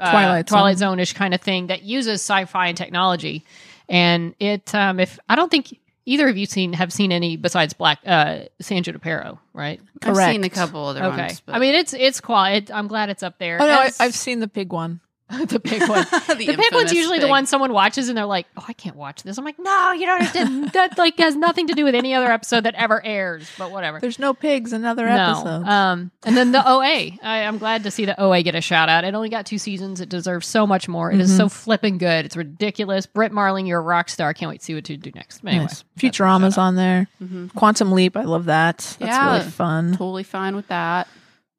Speaker 2: uh,
Speaker 3: Twilight Zone.
Speaker 2: Twilight Zone ish kind of thing that uses sci-fi and technology. And it um if I don't think either of you seen have seen any besides Black uh Sandra DePero, right?
Speaker 1: i've seen a
Speaker 3: Correct.
Speaker 1: couple other
Speaker 2: Okay.
Speaker 1: ones but
Speaker 2: I mean it's it's quiet. I'm glad it's up there.
Speaker 3: Oh no, I,
Speaker 2: It's-
Speaker 3: I've seen the pig one.
Speaker 2: the big one.
Speaker 1: the,
Speaker 2: the pig one's
Speaker 1: infamous
Speaker 2: usually the
Speaker 1: pig.
Speaker 2: one someone watches and they're like, "Oh, I can't watch this." I'm like, "No, you don't have to." that like has nothing to do with any other episode that ever airs, but whatever.
Speaker 3: There's no pigs. Another
Speaker 2: no,
Speaker 3: episode.
Speaker 2: um, and then the OA. I, I'm glad to see the OA get a shout out. It only got two seasons. It deserves so much more. It is
Speaker 3: Mm-hmm.
Speaker 2: so flipping good. It's ridiculous. Britt Marling, you're a rock star. Can't wait to see what you do next. But Anyway,
Speaker 3: nice. Futurama's on there.
Speaker 1: Mm-hmm.
Speaker 3: Quantum Leap. I love that. That's
Speaker 1: Yeah.
Speaker 3: really fun.
Speaker 1: totally fine with that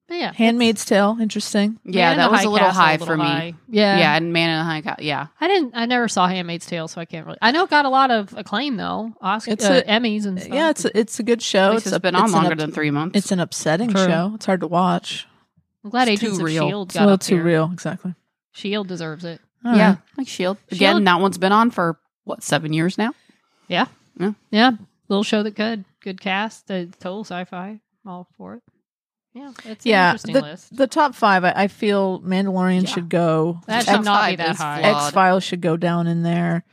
Speaker 2: But yeah,
Speaker 3: Handmaid's Tale. Interesting.
Speaker 1: yeah
Speaker 2: Man in
Speaker 1: that
Speaker 2: the
Speaker 1: was
Speaker 2: High
Speaker 1: a little
Speaker 2: Castle,
Speaker 1: high for me
Speaker 2: high. Yeah,
Speaker 1: yeah. and man in a high cow yeah
Speaker 2: I didn't. I never saw Handmaid's Tale, so I can't really. I know it got a lot of acclaim though. Oscar,
Speaker 3: It's
Speaker 2: uh,
Speaker 3: a-
Speaker 2: Emmys and stuff.
Speaker 3: Yeah, it's a, Oh, it's a good show.
Speaker 1: At least it's
Speaker 3: a-
Speaker 1: been on
Speaker 3: an
Speaker 1: longer
Speaker 3: ups-
Speaker 1: than three months.
Speaker 3: It's an upsetting
Speaker 2: True.
Speaker 3: show. It's hard to watch.
Speaker 2: I'm glad
Speaker 1: it's too
Speaker 2: Agents of
Speaker 1: real.
Speaker 2: Shield
Speaker 3: It's
Speaker 2: E got
Speaker 3: a little
Speaker 2: up
Speaker 3: too
Speaker 2: there.
Speaker 3: real. Exactly.
Speaker 2: Shield deserves it.
Speaker 3: All
Speaker 1: yeah,
Speaker 3: right.
Speaker 1: like Shield. Again,
Speaker 2: Shield.
Speaker 1: that one's been on for what seven years now.
Speaker 2: Yeah.
Speaker 1: Yeah.
Speaker 2: Yeah. Little show that could. Good cast. Uh, total sci fi. All for it. Yeah. It's an
Speaker 3: Yeah.
Speaker 2: interesting
Speaker 3: The,
Speaker 2: list.
Speaker 3: the top five, I, I feel Mandalorian
Speaker 1: Yeah.
Speaker 3: should go.
Speaker 2: That
Speaker 1: Top
Speaker 2: should not be
Speaker 1: five
Speaker 2: that
Speaker 1: is
Speaker 2: high.
Speaker 1: flawed.
Speaker 3: X Files should go down in there.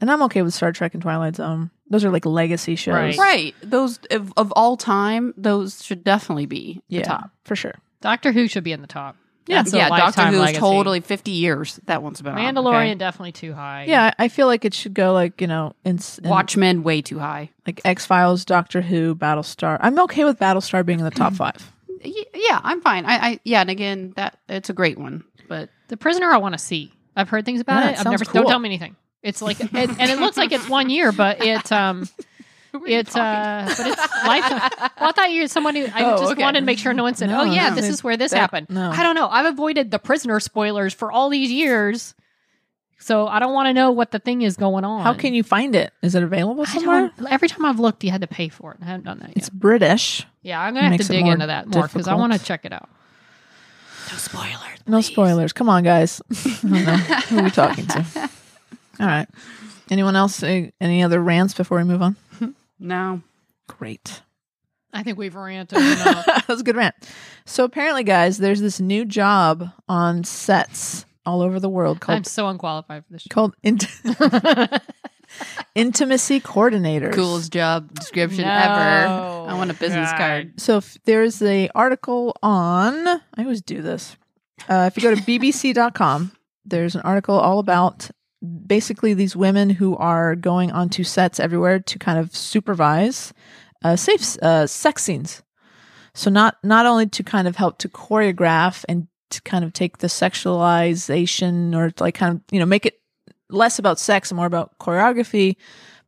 Speaker 3: And I'm okay with Star Trek and Twilight Zone. Those are like legacy shows.
Speaker 2: Right.
Speaker 1: Right. Those of, of all time, those should definitely be
Speaker 3: Yeah.
Speaker 1: the top.
Speaker 3: For sure.
Speaker 2: Doctor Who should be in the top.
Speaker 3: Yeah.
Speaker 2: That's a
Speaker 1: yeah, Doctor
Speaker 2: lifetime
Speaker 1: Who's
Speaker 2: legacy.
Speaker 1: totally fifty years. That one's been
Speaker 2: Mandalorian
Speaker 1: on.
Speaker 2: definitely too high.
Speaker 3: Yeah, I I feel like it should go like, you know, in, in
Speaker 1: Okay. Watchmen way too high.
Speaker 3: like X Files, Doctor Who, Battlestar. I'm okay with Battlestar being in the top five.
Speaker 1: Y- Yeah, I'm fine. I, I yeah, and again, that it's a great one. But
Speaker 2: The Prisoner I want to see. I've heard things about
Speaker 3: Yeah, it
Speaker 2: it. I've
Speaker 3: sounds
Speaker 2: never don't
Speaker 3: cool.
Speaker 2: tell me anything. It's like it, and it looks like it's one year, but it um it's uh but it's lifetime. Well, I thought you were someone who I
Speaker 1: Oh,
Speaker 2: just
Speaker 1: okay.
Speaker 2: wanted to make sure no one said,
Speaker 3: No,
Speaker 2: "Oh yeah,
Speaker 3: no.
Speaker 2: this is where this
Speaker 3: That-
Speaker 2: happened."
Speaker 3: no.
Speaker 2: I don't know. I've avoided the prisoner spoilers for all these years, so I don't want to know what the thing is going on.
Speaker 3: How can you find it? Is it available
Speaker 2: I
Speaker 3: somewhere?
Speaker 2: don't- every time I've looked, you had to pay for it. and I haven't done that
Speaker 3: It's
Speaker 2: yet.
Speaker 3: British.
Speaker 2: Yeah, I'm gonna have to
Speaker 3: makes it
Speaker 2: dig
Speaker 3: more
Speaker 2: into that more because I
Speaker 3: difficult.
Speaker 2: want to check it out. No spoilers.
Speaker 3: No spoilers. Come on, guys. I don't know who are we talking to. All right. Anyone else? eh, Any other rants before we move on?
Speaker 1: no,
Speaker 3: Great.
Speaker 2: I think we've ranted. enough.
Speaker 3: that was a good rant. So apparently, guys, there's this new job on sets all over the world
Speaker 2: I'm
Speaker 3: called
Speaker 2: so unqualified for this.
Speaker 3: called in- Intimacy coordinators.
Speaker 1: Coolest job description
Speaker 2: No.
Speaker 1: ever. I want a business
Speaker 2: God.
Speaker 1: card.
Speaker 3: So if there's a article on, I always do this. Uh, if you go to bbc.com, there's an article all about basically these women who are going onto sets everywhere to kind of supervise uh, safe uh, sex scenes. So not not only to kind of help to choreograph and to kind of take the sexualization or to like kind of you know make it less about sex and more about choreography,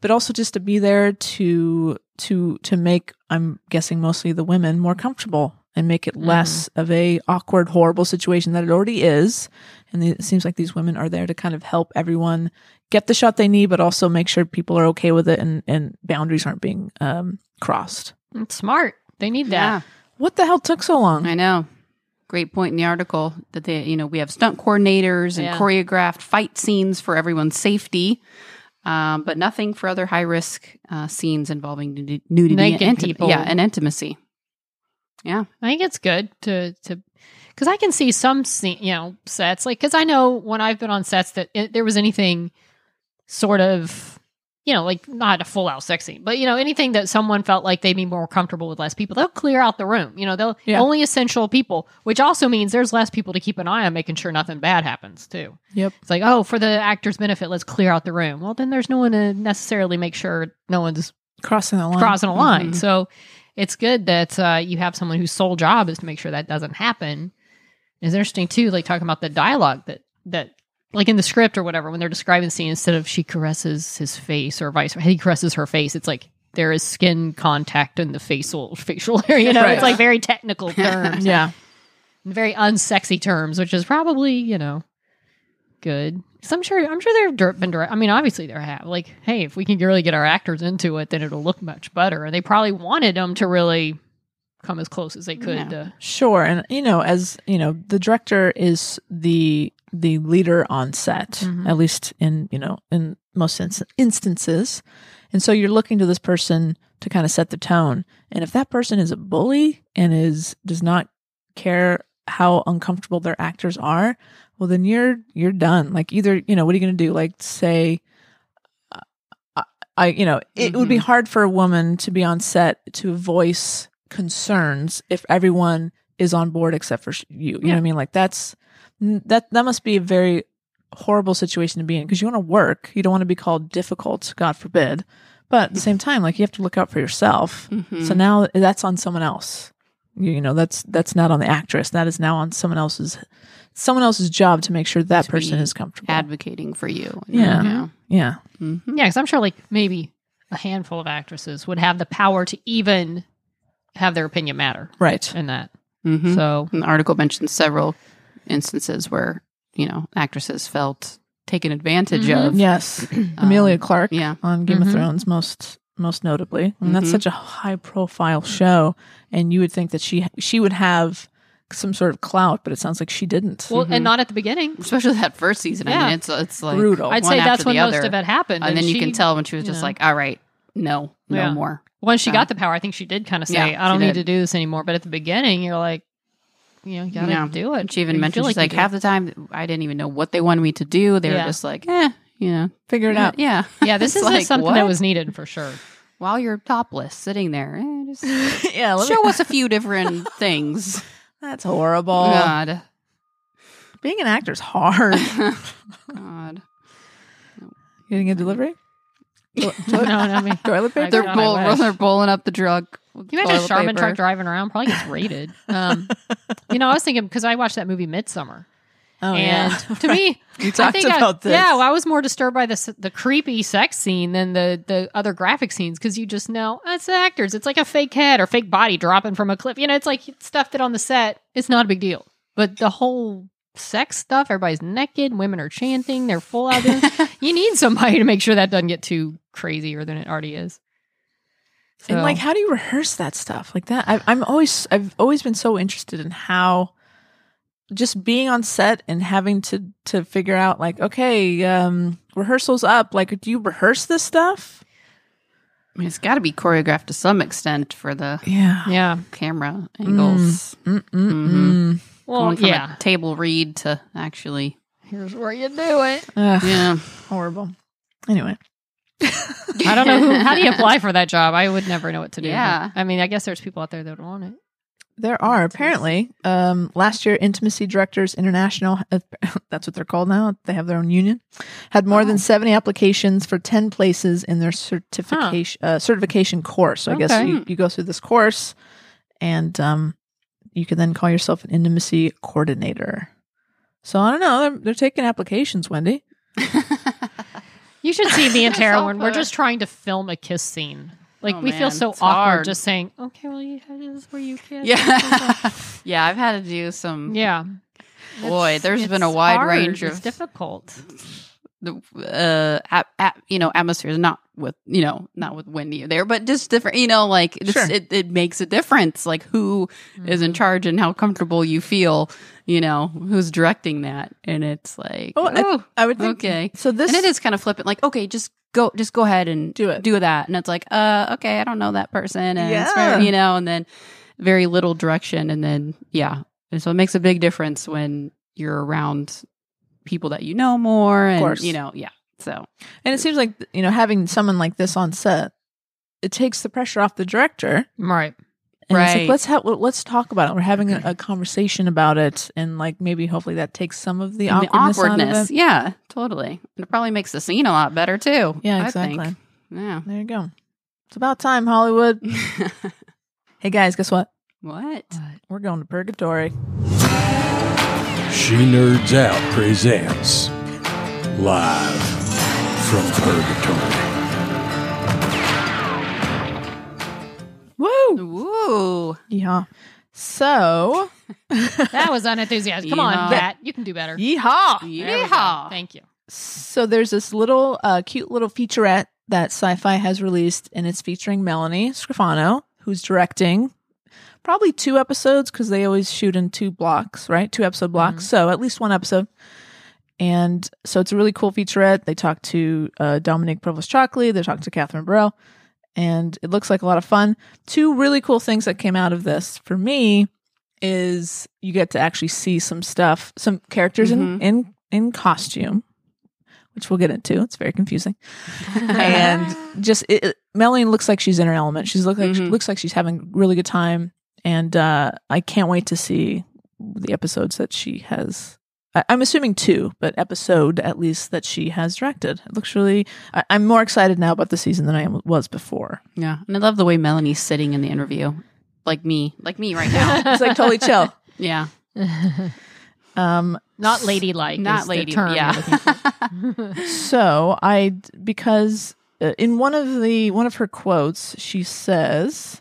Speaker 3: but also just to be there to to to make I'm guessing mostly the women more comfortable and make it less of a awkward horrible situation that it already is. And it seems like these women are there to kind of help everyone get the shot they need, but also make sure people are okay with it and and boundaries aren't being um, crossed.
Speaker 2: It's smart. They need that.
Speaker 3: What the hell took so long?
Speaker 1: Yeah, I know. Great point in the article that they, you know, we have stunt coordinators and
Speaker 2: Yeah.
Speaker 1: choreographed fight scenes for everyone's safety, um, but nothing for other high risk uh, scenes involving nudi- nudity,
Speaker 2: Naked
Speaker 1: and inti-
Speaker 2: people.
Speaker 1: yeah, and intimacy.
Speaker 2: I think it's good to to because I can see some scene, you know sets like because I know when I've been on sets that it, there was anything sort of you know like not a full out sex scene but you know anything that someone felt like they'd be more comfortable with less people they'll clear out the room you know they'll
Speaker 3: Yeah.
Speaker 2: only essential people which also means there's less people to keep an eye on making sure nothing bad happens too
Speaker 3: Yep.
Speaker 2: it's like oh for the actor's benefit let's clear out the room well then there's no one to necessarily make sure no one's
Speaker 3: Crossing the line. Mm-hmm.
Speaker 2: crossing a line.
Speaker 1: Mhm.
Speaker 2: So it's good that uh, you have someone whose sole job is to make sure that doesn't happen. It's interesting too, like talking about the dialogue that that like in the script or whatever when they're describing the scene, instead of she caresses his face or vice he caresses her face, it's like there is skin contact in the facial facial area. You know,
Speaker 3: Right.
Speaker 2: it's like very technical terms,
Speaker 3: Yeah.
Speaker 2: and very unsexy terms, which is probably you know good. So I'm sure I'm sure there have dir- been direct. I mean, obviously there have. Like, hey, if we can really get our actors into it, then it'll look much better. And they probably wanted them to really come as close as they could.
Speaker 1: Yeah.
Speaker 2: To,
Speaker 3: Sure. And you know, as you know, the director is the the leader on set,
Speaker 2: Mhm.
Speaker 3: at least in you know in most ins- instances, and so you're looking to this person to kind of set the tone. And if that person is a bully and is does not care how uncomfortable their actors are, well, then you're you're done. Like either you know, what are you going to do? Like say. uh, I- I, you know, it would be hard for a woman to be on set to voice concerns if everyone is on board except for sh- you. You know what I mean? Like that's n- that that must be a very horrible situation to be in because you want to work. You don't want to be called difficult, God forbid. But at the same time, like you have to look out for yourself.
Speaker 2: Mm-hmm.
Speaker 1: Mhm.
Speaker 3: So now that's on someone else. You, you know, that's that's not on the actress. That is now on someone else's someone else's job to make sure that
Speaker 1: To
Speaker 3: person
Speaker 1: be
Speaker 3: is comfortable.
Speaker 1: Advocating for you.
Speaker 3: Yeah. yeah.
Speaker 1: Mhm.
Speaker 2: yeah, because I'm sure like maybe a handful of actresses would have the power to even have their opinion matter
Speaker 3: Right.
Speaker 2: in that.
Speaker 1: Mhm.
Speaker 2: So
Speaker 1: And the article mentions several instances where, you know, actresses felt taken advantage
Speaker 2: Mhm.
Speaker 1: of.
Speaker 3: Yes.
Speaker 1: Um,
Speaker 3: Amelia Clark.
Speaker 1: Yeah. Mm-hmm.
Speaker 3: on Game
Speaker 2: Mhm.
Speaker 3: of Thrones most most notably. And that's
Speaker 1: Mhm.
Speaker 3: such a high profile show and you would think that she she would have some sort of clout, but it sounds like she didn't.
Speaker 2: well,
Speaker 1: Mm-hmm.
Speaker 2: and not at the beginning.
Speaker 1: Especially that first season. I
Speaker 2: Yeah.
Speaker 1: mean, it's, it's like
Speaker 3: Brutal.
Speaker 2: I'd
Speaker 1: one
Speaker 2: say
Speaker 1: after
Speaker 2: that's
Speaker 1: the
Speaker 2: when
Speaker 1: other.
Speaker 2: most of it happened.
Speaker 1: and, then you
Speaker 2: she-
Speaker 1: can tell when she was just
Speaker 2: yeah.
Speaker 1: like, "All right, no, no
Speaker 2: Yeah.
Speaker 1: more."
Speaker 2: once she
Speaker 1: Uh,
Speaker 2: got the power, I think she did kind of say,
Speaker 1: yeah,
Speaker 2: "I don't
Speaker 1: she
Speaker 2: need
Speaker 1: did.
Speaker 2: to do this anymore." But at the beginning, you're like, you know, you gotta
Speaker 1: Yeah.
Speaker 2: do it.
Speaker 1: She even
Speaker 2: You
Speaker 1: mentioned
Speaker 2: feel
Speaker 1: she's
Speaker 2: like
Speaker 1: like
Speaker 2: you
Speaker 1: half the time I didn't even know what they wanted me to do. They were
Speaker 2: Yeah.
Speaker 1: just like, "Eh, you know,
Speaker 3: Figure it
Speaker 1: eh,
Speaker 3: out.
Speaker 1: yeah,
Speaker 2: do. yeah, this
Speaker 1: It's
Speaker 2: is
Speaker 1: like,
Speaker 2: something
Speaker 1: what?
Speaker 2: that was needed for sure.
Speaker 1: while you're topless sitting there." eh, just
Speaker 3: yeah, let me-
Speaker 1: show us a few different things.
Speaker 3: that's
Speaker 1: Oh.
Speaker 3: horrible.
Speaker 1: God,
Speaker 3: Being an actor's hard.
Speaker 1: God,
Speaker 3: Getting a delivery? Do-
Speaker 2: no,
Speaker 3: do-
Speaker 2: no, I mean,
Speaker 3: Toilet
Speaker 2: I-
Speaker 3: paper?
Speaker 1: they're
Speaker 2: God,
Speaker 1: bull-
Speaker 2: wish.
Speaker 1: they're bowling up the drug. with
Speaker 2: Can you imagine a
Speaker 1: toilet
Speaker 2: Charmin
Speaker 1: paper.
Speaker 2: truck driving around? Probably gets raided. Um, you know, I was thinking because I watched that movie Midsummer,
Speaker 3: Oh,
Speaker 2: and
Speaker 3: yeah.
Speaker 2: to me,
Speaker 3: you talked
Speaker 2: I think I-
Speaker 3: about this.
Speaker 2: Yeah, well, I was more disturbed by the s- the creepy sex scene than the the other graphic scenes because you just know "Oh, it's the actors. It's like a fake head or fake body dropping from a cliff. You know, it's like stuff that on the set it's not a big deal, but the whole sex stuff, everybody's naked, women are chanting, they're full out. doing- you need somebody to make sure that doesn't get too crazier than it already is.
Speaker 3: And
Speaker 2: So-
Speaker 3: like, how do you rehearse that stuff like that? I, I'm always, I've always been so interested in how just being on set and having to to figure out like, okay, um, rehearsals up. Like, do you rehearse this stuff?
Speaker 1: I mean, it's got to be choreographed to some extent for the
Speaker 3: Yeah.
Speaker 2: yeah,
Speaker 1: camera angles.
Speaker 3: Mm-mm-mm.
Speaker 2: well,
Speaker 1: Going from
Speaker 2: yeah.
Speaker 1: a table read to actually,
Speaker 2: Here's where you do it.
Speaker 3: Ugh,
Speaker 1: yeah.
Speaker 3: Horrible. Anyway,
Speaker 2: I don't know who. How do you apply for that job? I would never know what to do.
Speaker 1: Yeah.
Speaker 2: I mean, I guess there's people out there that would want it.
Speaker 3: There are apparently. Um, last year, Intimacy Directors International, uh, that's what they're called now, they have their own union, had more
Speaker 1: Oh.
Speaker 3: than 70 applications for 10 places in their certification, uh, certification course. So I guess
Speaker 2: Okay.
Speaker 3: you, you go through this course and um, you can then call yourself an intimacy coordinator. So I don't know. They're, they're taking applications, Wendy.
Speaker 2: You should see me and Tara when we're
Speaker 1: awful.
Speaker 2: just trying to film a kiss scene. Like
Speaker 1: Oh,
Speaker 2: we feel
Speaker 1: man,
Speaker 2: so
Speaker 1: it's
Speaker 2: awkward
Speaker 1: hard.
Speaker 2: just saying, "Okay, well, you had this where you kiss."
Speaker 1: yeah, yeah. I've had to do some.
Speaker 2: yeah.
Speaker 1: Boy,
Speaker 2: there
Speaker 1: there's been a wide range
Speaker 2: It's
Speaker 1: of
Speaker 2: difficult.
Speaker 1: uh, at, at, you know atmospheres. Not with you know not with Wendy there, but just different. You know, like it's,
Speaker 3: Sure. Mm-hmm.
Speaker 1: it it makes a difference. Like who is in charge and how comfortable you feel. You know who's directing that, and it's like
Speaker 3: Oh, I-
Speaker 1: oh,
Speaker 3: I would think.
Speaker 1: okay.
Speaker 3: So this
Speaker 1: and it is kind of flippant. Like okay, just go, just go ahead and
Speaker 3: Do it.
Speaker 1: do that. And it's like uh, okay, I don't know that person, and it's
Speaker 3: Yeah.
Speaker 1: very, you know, and then very little direction, and then yeah, and so it makes a big difference when you're around people that you know more, and
Speaker 3: course.
Speaker 1: you know, yeah. So
Speaker 3: And it seems like, you know, having someone like this on set, it takes the pressure off the director.
Speaker 2: Right.
Speaker 3: And it's like,
Speaker 1: Right.
Speaker 3: let's have let's talk about it. We're having a, a conversation about it, and like maybe hopefully that takes some of the
Speaker 1: And the
Speaker 3: awkwardness. out of
Speaker 1: awkwardness.
Speaker 3: it.
Speaker 1: yeah, totally. And it probably makes the scene a lot better too.
Speaker 3: Yeah,
Speaker 1: I think.
Speaker 3: exactly.
Speaker 1: Yeah.
Speaker 3: There you go. It's about time, Hollywood. Hey guys, guess what?
Speaker 1: what?
Speaker 3: We're going to purgatory.
Speaker 4: She Nerds Out presents live from Purgatory.
Speaker 3: Woo!
Speaker 1: Ooh.
Speaker 3: Yeehaw! So,
Speaker 2: That was unenthusiastic. Come
Speaker 1: Yeehaw.
Speaker 2: on, Matt. You can do better.
Speaker 3: yeehaw!
Speaker 2: There we go.
Speaker 1: Yeehaw.
Speaker 2: Thank you.
Speaker 3: So there's this little uh, cute little featurette that Sci-Fi has released, and it's featuring Melanie Scrofano, who's directing probably two episodes because they always shoot in two blocks, right? Two episode blocks, so at least one episode. And so it's a really cool featurette. They talk to uh, Dominic Provost Chalkley, they talk to Catherine Burrell, and it looks like a lot of fun. Two really cool things that came out of this for me is you get to actually see some stuff, some characters in, in in costume, which we'll get into. It's very confusing, and just it, it- Melanie looks like she's in her element. She's look like
Speaker 1: Mhm.
Speaker 3: looks like she's having a really good time, and uh, I can't wait to see the episodes that she has. I- I'm assuming two, but episode at least that she has directed. It looks really. I- I'm more excited now about the season than I am- was before.
Speaker 1: Yeah. And I love the way Melanie's sitting in the interview. Like me. Like me right now.
Speaker 3: It's like totally chill.
Speaker 1: yeah.
Speaker 3: Um,
Speaker 2: Not ladylike.
Speaker 1: Not
Speaker 2: is
Speaker 1: lady-
Speaker 2: The term
Speaker 1: yeah.
Speaker 2: you're looking
Speaker 3: So I because uh, in one of the one of her quotes she says,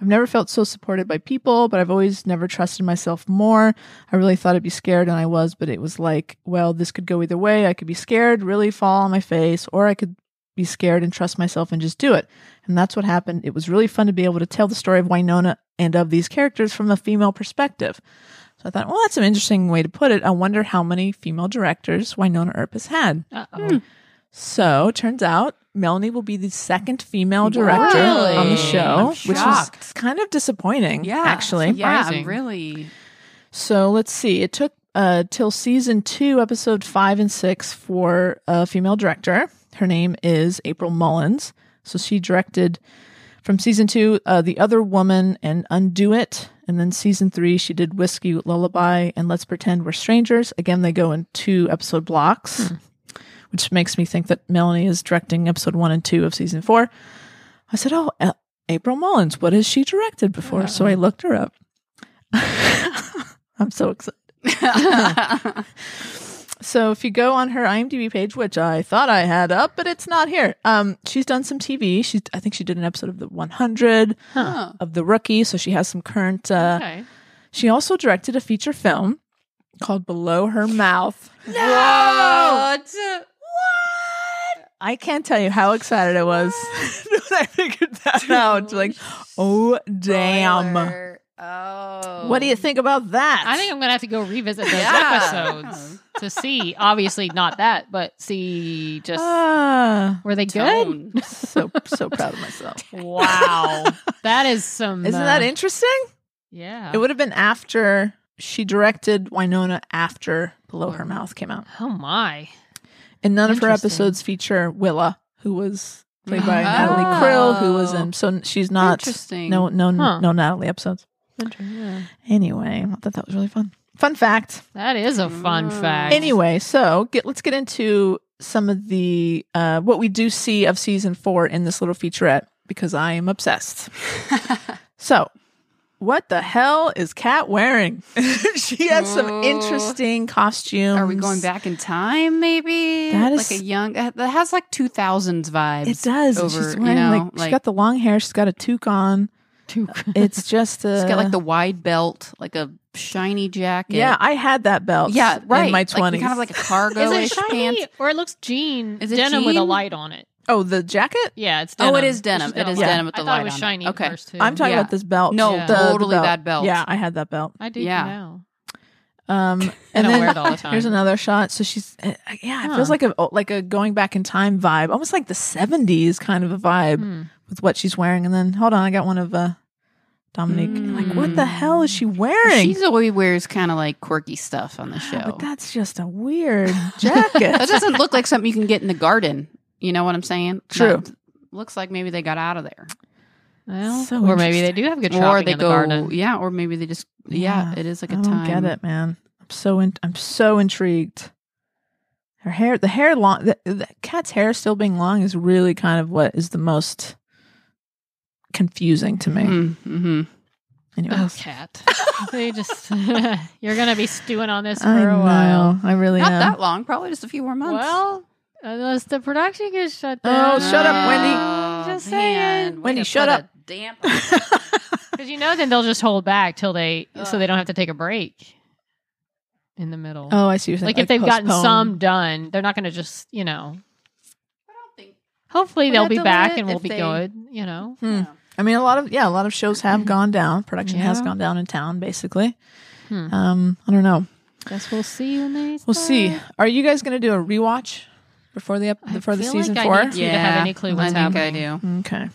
Speaker 3: "I've never felt so supported by people, but I've always never trusted myself more. I really thought I'd be scared, and I was, but it was like, well, this could go either way. I could be scared, really fall on my face, or I could." Be scared and trust myself and just do it. And that's what happened. It was really fun to be able to tell the story of Winona and of these characters from a female perspective. So I thought, well, that's an interesting way to put it. I wonder how many female directors Winona Earp has had.
Speaker 2: Uh oh.
Speaker 3: So it turns out Melanie will be the second female director
Speaker 1: Really?
Speaker 3: on the show,
Speaker 1: I'm
Speaker 3: which is
Speaker 1: shocked.
Speaker 3: kind of disappointing, actually.
Speaker 1: Yeah.
Speaker 2: Surprising.
Speaker 1: Really.
Speaker 3: So let's see. It took uh, till season two, episode five and six, for a female director. Her name is April Mullins. So she directed from season two, uh, The Other Woman and Undo It. And then season three, she did Whiskey Lullaby and Let's Pretend We're Strangers. Again, they go in two episode
Speaker 1: Hmm.
Speaker 3: blocks, which makes me think that Melanie is directing episode one and two of season four. I said, Oh, uh, April Mullins, what has she directed before? So I looked her up. I'm so excited. so if you go on her IMDb page, which I thought I had up, but it's not here. Um, she's done some TV. She's I think she did an episode of the 100 of the Rookie, so she has some current. Uh,
Speaker 2: Okay.
Speaker 3: She also directed a feature film called Below Her Mouth.
Speaker 1: What?
Speaker 3: I can't tell you how excited I was when I figured that out. Like, oh damn!
Speaker 1: Oh.
Speaker 3: What do you think about that?
Speaker 2: I think I'm gonna have to go revisit those
Speaker 1: Yeah.
Speaker 2: episodes to see. Obviously, not that, but see just
Speaker 3: Ah,
Speaker 2: were they
Speaker 1: Uh, Tone.
Speaker 3: so so proud of myself.
Speaker 2: good? Wow, that is some.
Speaker 3: Isn't
Speaker 2: uh,
Speaker 3: that interesting?
Speaker 2: Yeah.
Speaker 3: It would have been after she directed Winona after Below Her Mouth came out.
Speaker 2: oh my.
Speaker 3: And none of her
Speaker 2: Interesting.
Speaker 3: episodes feature Willa, who was played by
Speaker 1: Oh.
Speaker 3: Natalie Krill, who was in. So she's not.
Speaker 1: Interesting.
Speaker 3: No, no,
Speaker 2: Huh.
Speaker 3: no Natalie episodes. Anyway, I thought that was really fun. Fun fact.
Speaker 2: That is a fun
Speaker 1: Mm.
Speaker 2: fact.
Speaker 3: Anyway, so get, let's get into some of the uh, what we do see of season four in this little featurette because I am obsessed. so, what the hell is Kat wearing? she has some
Speaker 1: Oh.
Speaker 3: interesting costumes.
Speaker 1: Are we going back in time? Maybe
Speaker 3: That
Speaker 1: like
Speaker 3: is-
Speaker 1: a young that that has like two thousands vibes.
Speaker 3: It does. and
Speaker 1: over,
Speaker 3: she's
Speaker 1: you
Speaker 3: wearing
Speaker 1: know,
Speaker 3: like, she's
Speaker 1: like-
Speaker 3: got the long hair. She's got a toque on. Toque. It's just a.
Speaker 1: It's got like the wide belt, like a shiny jacket.
Speaker 3: Yeah, I had that belt.
Speaker 1: yeah, right.
Speaker 3: In my
Speaker 1: Like,
Speaker 3: twenties,
Speaker 1: kind of like a cargo
Speaker 2: Is it
Speaker 1: ish
Speaker 2: shiny
Speaker 1: pants.
Speaker 2: or it looks jean?
Speaker 1: Is it
Speaker 2: denim with a
Speaker 1: jean?
Speaker 2: light on it?
Speaker 3: oh, the jacket.
Speaker 2: Yeah, it's
Speaker 1: Oh,
Speaker 2: denim.
Speaker 1: it is
Speaker 2: It's
Speaker 1: denim.
Speaker 2: just
Speaker 1: It is
Speaker 2: on.
Speaker 1: denim with
Speaker 2: I
Speaker 1: the
Speaker 2: thought
Speaker 1: light
Speaker 2: it was
Speaker 1: on it.
Speaker 2: shiny
Speaker 1: Okay.
Speaker 2: at first too.
Speaker 3: I'm talking
Speaker 1: Yeah.
Speaker 3: about this belt.
Speaker 1: No,
Speaker 2: Yeah.
Speaker 3: The- the
Speaker 1: totally that belt.
Speaker 3: Yeah, I had that belt.
Speaker 2: I do
Speaker 1: Yeah.
Speaker 2: know.
Speaker 3: Um, and
Speaker 2: I don't
Speaker 3: then
Speaker 2: wear it all the time.
Speaker 3: here's another shot. So she's uh, yeah, it
Speaker 2: Huh.
Speaker 3: feels like a oh, like a going back in time vibe, almost like the '70s kind of a vibe
Speaker 2: Hmm.
Speaker 3: with what she's wearing. And then hold on, I got one of uh, Dominique. Like, what the hell is she wearing?
Speaker 1: Hmm. She's always wears kind of like quirky stuff on the show.
Speaker 3: but that's just a weird jacket.
Speaker 1: that doesn't look like something you can get in the garden. You know what I'm saying?
Speaker 3: True.
Speaker 1: That looks like maybe they got out of there,
Speaker 2: Well,
Speaker 3: So
Speaker 2: or maybe they
Speaker 3: interesting.
Speaker 2: do have good shopping in the garden.
Speaker 1: yeah, or maybe they just yeah.
Speaker 3: Yeah.
Speaker 1: It is like
Speaker 3: I
Speaker 1: a
Speaker 3: don't
Speaker 1: time.
Speaker 3: get it, man. I'm so in, I'm so intrigued. Her hair, the hair long, the, the cat's hair still being long is really kind of what is the most confusing to
Speaker 2: Mm-hmm.
Speaker 3: me.
Speaker 1: Mm, mhm.
Speaker 3: Anyway,
Speaker 2: Oh, cat. they just you're gonna be stewing on this for
Speaker 3: I
Speaker 2: a while.
Speaker 3: know, I really
Speaker 1: Not
Speaker 3: am.
Speaker 1: that long, probably just a few more months.
Speaker 2: Well, unless the production gets shut
Speaker 3: Oh,
Speaker 2: down.
Speaker 3: shut up, Wendy.
Speaker 2: Just
Speaker 1: Oh, man.
Speaker 2: saying.
Speaker 1: Way
Speaker 3: Wendy,
Speaker 1: to
Speaker 3: shut
Speaker 1: put
Speaker 3: up.
Speaker 1: a Damn.
Speaker 2: Because you know, then they'll just hold back till they so they don't have to take a break in the middle.
Speaker 3: oh, I see. What you're saying.
Speaker 2: like, if they've gotten
Speaker 3: postpone.
Speaker 2: some done, they're not going to just you know. Hopefully
Speaker 1: Would
Speaker 2: they'll
Speaker 1: that
Speaker 2: be
Speaker 1: delay
Speaker 2: back
Speaker 1: it
Speaker 2: and we'll
Speaker 1: if
Speaker 2: be
Speaker 1: they-
Speaker 2: good. You know.
Speaker 3: Hmm. I mean, a lot of yeah, a lot of shows have gone down. Production has
Speaker 2: Mm-hmm. Yeah.
Speaker 3: gone down in town, basically.
Speaker 2: Hmm.
Speaker 3: Um, I don't know.
Speaker 2: Guess we'll see when they.
Speaker 3: We'll see. Are you guys going to do a rewatch before the ep-
Speaker 2: I
Speaker 3: before the
Speaker 2: feel
Speaker 3: season
Speaker 2: like I
Speaker 3: four?
Speaker 2: need to have any clue what's
Speaker 1: I think
Speaker 2: happening.
Speaker 1: I do.
Speaker 3: Okay.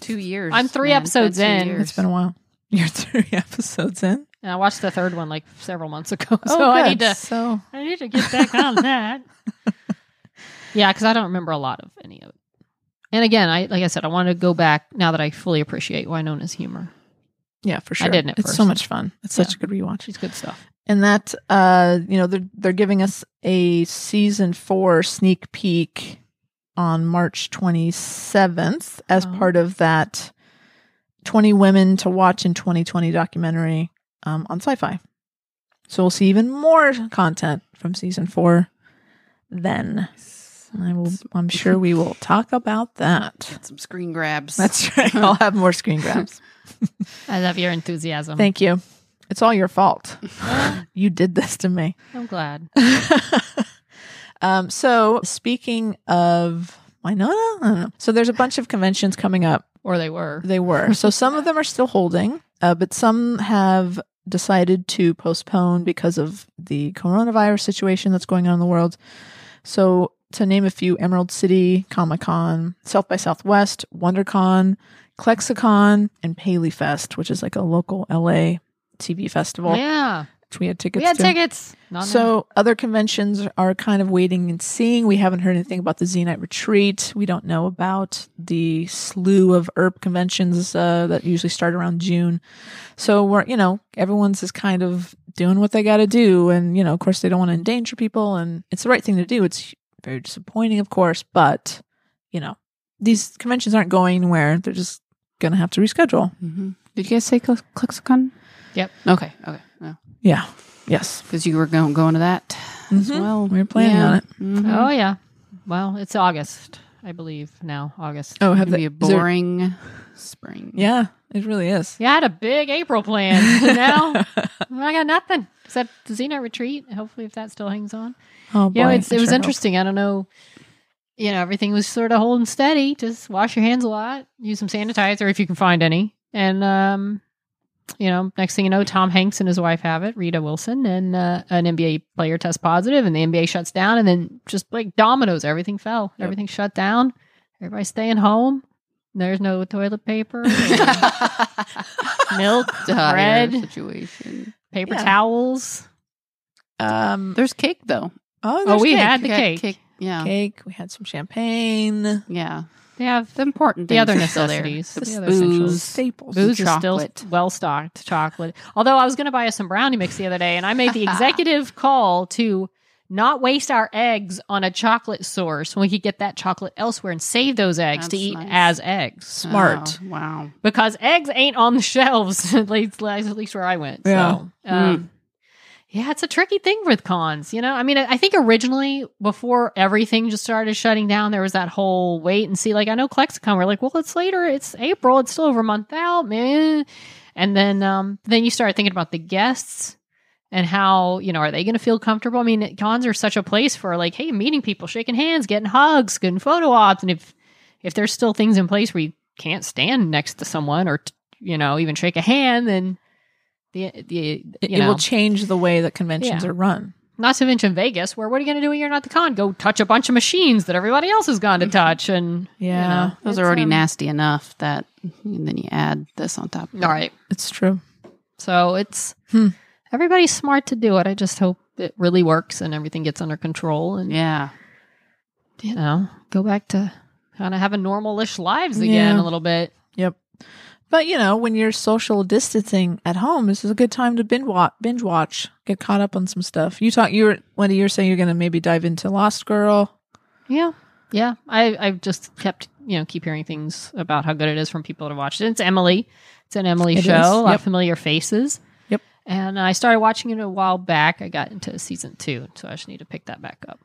Speaker 1: Two years.
Speaker 2: I'm three
Speaker 1: man. It's been
Speaker 2: episodes
Speaker 1: two
Speaker 2: in.
Speaker 1: years.
Speaker 3: It's been a while. You're three episodes in.
Speaker 2: And I watched the third one like several months ago, Oh,
Speaker 3: Oh,
Speaker 2: so I need to.
Speaker 3: So
Speaker 2: I need to get back on that. yeah, because I don't remember a lot of any of it. And again, I like I said, I want to go back now that I fully appreciate Winona's humor.
Speaker 3: yeah, for sure.
Speaker 2: didn't at
Speaker 3: it's so
Speaker 2: first.
Speaker 3: much fun. It's such a good rewatch.
Speaker 2: She's good stuff.
Speaker 3: And that uh, you know, they're they're giving us a season four sneak peek on March twenty seventh as
Speaker 2: Oh.
Speaker 3: part of that twenty women to watch in twenty twenty documentary um, on sci fi. So we'll see even more content from season four then. And I will I'm sure we will talk about that.
Speaker 1: Some screen grabs.
Speaker 3: That's right. I'll have more screen grabs.
Speaker 2: I love your enthusiasm.
Speaker 3: Thank you. It's all your fault. you did this to me.
Speaker 2: I'm glad.
Speaker 3: Um, so speaking of Winona, I don't know. So there's a bunch of conventions coming up.
Speaker 2: Or they were.
Speaker 3: They were. So some of them are still holding, uh, but some have decided to postpone because of the coronavirus situation that's going on in the world. So to name a few, Emerald City, Comic Con, South by Southwest, WonderCon, Klexicon, and PaleyFest, which is like a local LA TV festival,
Speaker 2: yeah.
Speaker 3: which we had tickets
Speaker 2: We had
Speaker 3: to.
Speaker 2: tickets. Not now.
Speaker 3: So other conventions are kind of waiting and seeing. We haven't heard anything about the Zenite retreat. We don't know about the slew of ERP conventions uh, that usually start around June. So we're you know everyone's is kind of doing what they got to do, and you know of course they don't want to endanger people, and it's the right thing to do. It's very disappointing, of course, but you know these conventions aren't going anywhere. They're just gonna have to reschedule.
Speaker 1: Mhm. Did you guys say Cl- Klexicon?
Speaker 2: Yep.
Speaker 1: Okay. Okay. No.
Speaker 3: Yeah. Yes.
Speaker 1: Because you were going going to that as
Speaker 3: Mhm.
Speaker 1: well.
Speaker 3: We were planning
Speaker 1: Yeah.
Speaker 3: on it.
Speaker 1: Mhm.
Speaker 2: Oh yeah. Well, it's August, I believe now. August.
Speaker 3: Oh, have
Speaker 1: It'll
Speaker 3: they?
Speaker 1: be a
Speaker 3: is there-
Speaker 1: boring spring.
Speaker 3: yeah, it really is.
Speaker 2: Yeah, I had a big April plan. now I got nothing except the Xena retreat. Hopefully, if that still hangs on.
Speaker 3: Oh,
Speaker 2: Yeah,
Speaker 3: boy.
Speaker 2: it's,
Speaker 3: I
Speaker 2: it was
Speaker 3: sure hope.
Speaker 2: interesting. I don't know. You know, everything was sort of holding steady. Just wash your hands a lot, use some sanitizer if you can find any. And, um, you know, next thing you know, Tom Hanks and his wife have it, Rita Wilson, and uh, an NBA player tests positive, and the NBA shuts down. And then just like dominoes, everything fell.
Speaker 3: Yep.
Speaker 2: Everything shut down. Everybody's staying home. There's no toilet paper, or milk,
Speaker 1: Dire
Speaker 2: bread,
Speaker 1: situation.
Speaker 2: paper
Speaker 3: Yeah.
Speaker 2: towels.
Speaker 3: Um,
Speaker 1: There's cake though.
Speaker 3: oh,
Speaker 2: Oh,
Speaker 3: there's
Speaker 2: we
Speaker 3: cake.
Speaker 2: had the
Speaker 1: Yeah,
Speaker 2: cake.
Speaker 1: cake. Yeah.
Speaker 3: cake. We had some champagne.
Speaker 1: Yeah.
Speaker 2: They have
Speaker 1: The important
Speaker 2: the
Speaker 1: things
Speaker 2: other
Speaker 1: are still there.
Speaker 2: necessities.
Speaker 1: The
Speaker 2: The other
Speaker 1: booze.
Speaker 2: essentials.
Speaker 3: Staples.
Speaker 2: Booze is still
Speaker 1: chocolate.
Speaker 2: well stocked. Chocolate. Although I was going to buy us some brownie mix the other day, and I made the executive call to not waste our eggs on a chocolate source when we could get that chocolate elsewhere and save those eggs to
Speaker 1: That's
Speaker 2: eat
Speaker 1: nice.
Speaker 2: as eggs
Speaker 3: Smart.
Speaker 1: Oh, wow.
Speaker 2: because eggs ain't on the shelves at least, at least where I went.
Speaker 3: Yeah.
Speaker 2: So, um, yeah, it's a tricky thing with cons. You know, I mean, I, I think originally before everything just started shutting down, there was that whole wait and see. Like I know Klexicon, we're like, well, it's later, it's April, it's still over a month out, man. And then, um, then you start thinking about the guests and how you know are they going to feel comfortable? I mean, cons are such a place for like, hey, meeting people, shaking hands, getting hugs, getting photo ops, and if if there's still things in place where you can't stand next to someone or t- you know even shake a hand, then the the you
Speaker 3: It, it
Speaker 2: know
Speaker 3: will change the way that conventions
Speaker 2: Yeah.
Speaker 3: are run.
Speaker 2: not to mention Vegas, where what are you going to do when you're not at the con? Go touch a bunch of machines that everybody else has
Speaker 3: Mm-hmm.
Speaker 2: gone to touch, and
Speaker 3: Yeah.
Speaker 2: you know,
Speaker 1: Those
Speaker 2: it's,
Speaker 1: are already
Speaker 2: um,
Speaker 1: nasty enough that and then you add this on top. of it.
Speaker 2: All right,
Speaker 3: It's true.
Speaker 2: so it's
Speaker 3: Hmm.
Speaker 2: everybody's smart to do it. I just hope it really works and everything gets under control, and
Speaker 1: Yeah.
Speaker 2: you know, go back to kind of having normalish lives again
Speaker 3: Yeah.
Speaker 2: a little bit.
Speaker 3: Yep. But you know, when you're social distancing at home, this is a good time to binge watch. Binge watch. Get caught up on some stuff. You talk. You were Wendy. You're saying you're going to maybe dive into Lost Girl.
Speaker 2: Yeah. Yeah. I, I've just kept, you know, keep hearing things about how good it is from people that watched it. It's Emily. It's an Emily
Speaker 3: It
Speaker 2: show,
Speaker 3: is,
Speaker 2: a lot
Speaker 3: yep.
Speaker 2: of familiar faces.
Speaker 3: Yep.
Speaker 2: And I started watching it a while back. I got into season two, so I just need to pick that back up.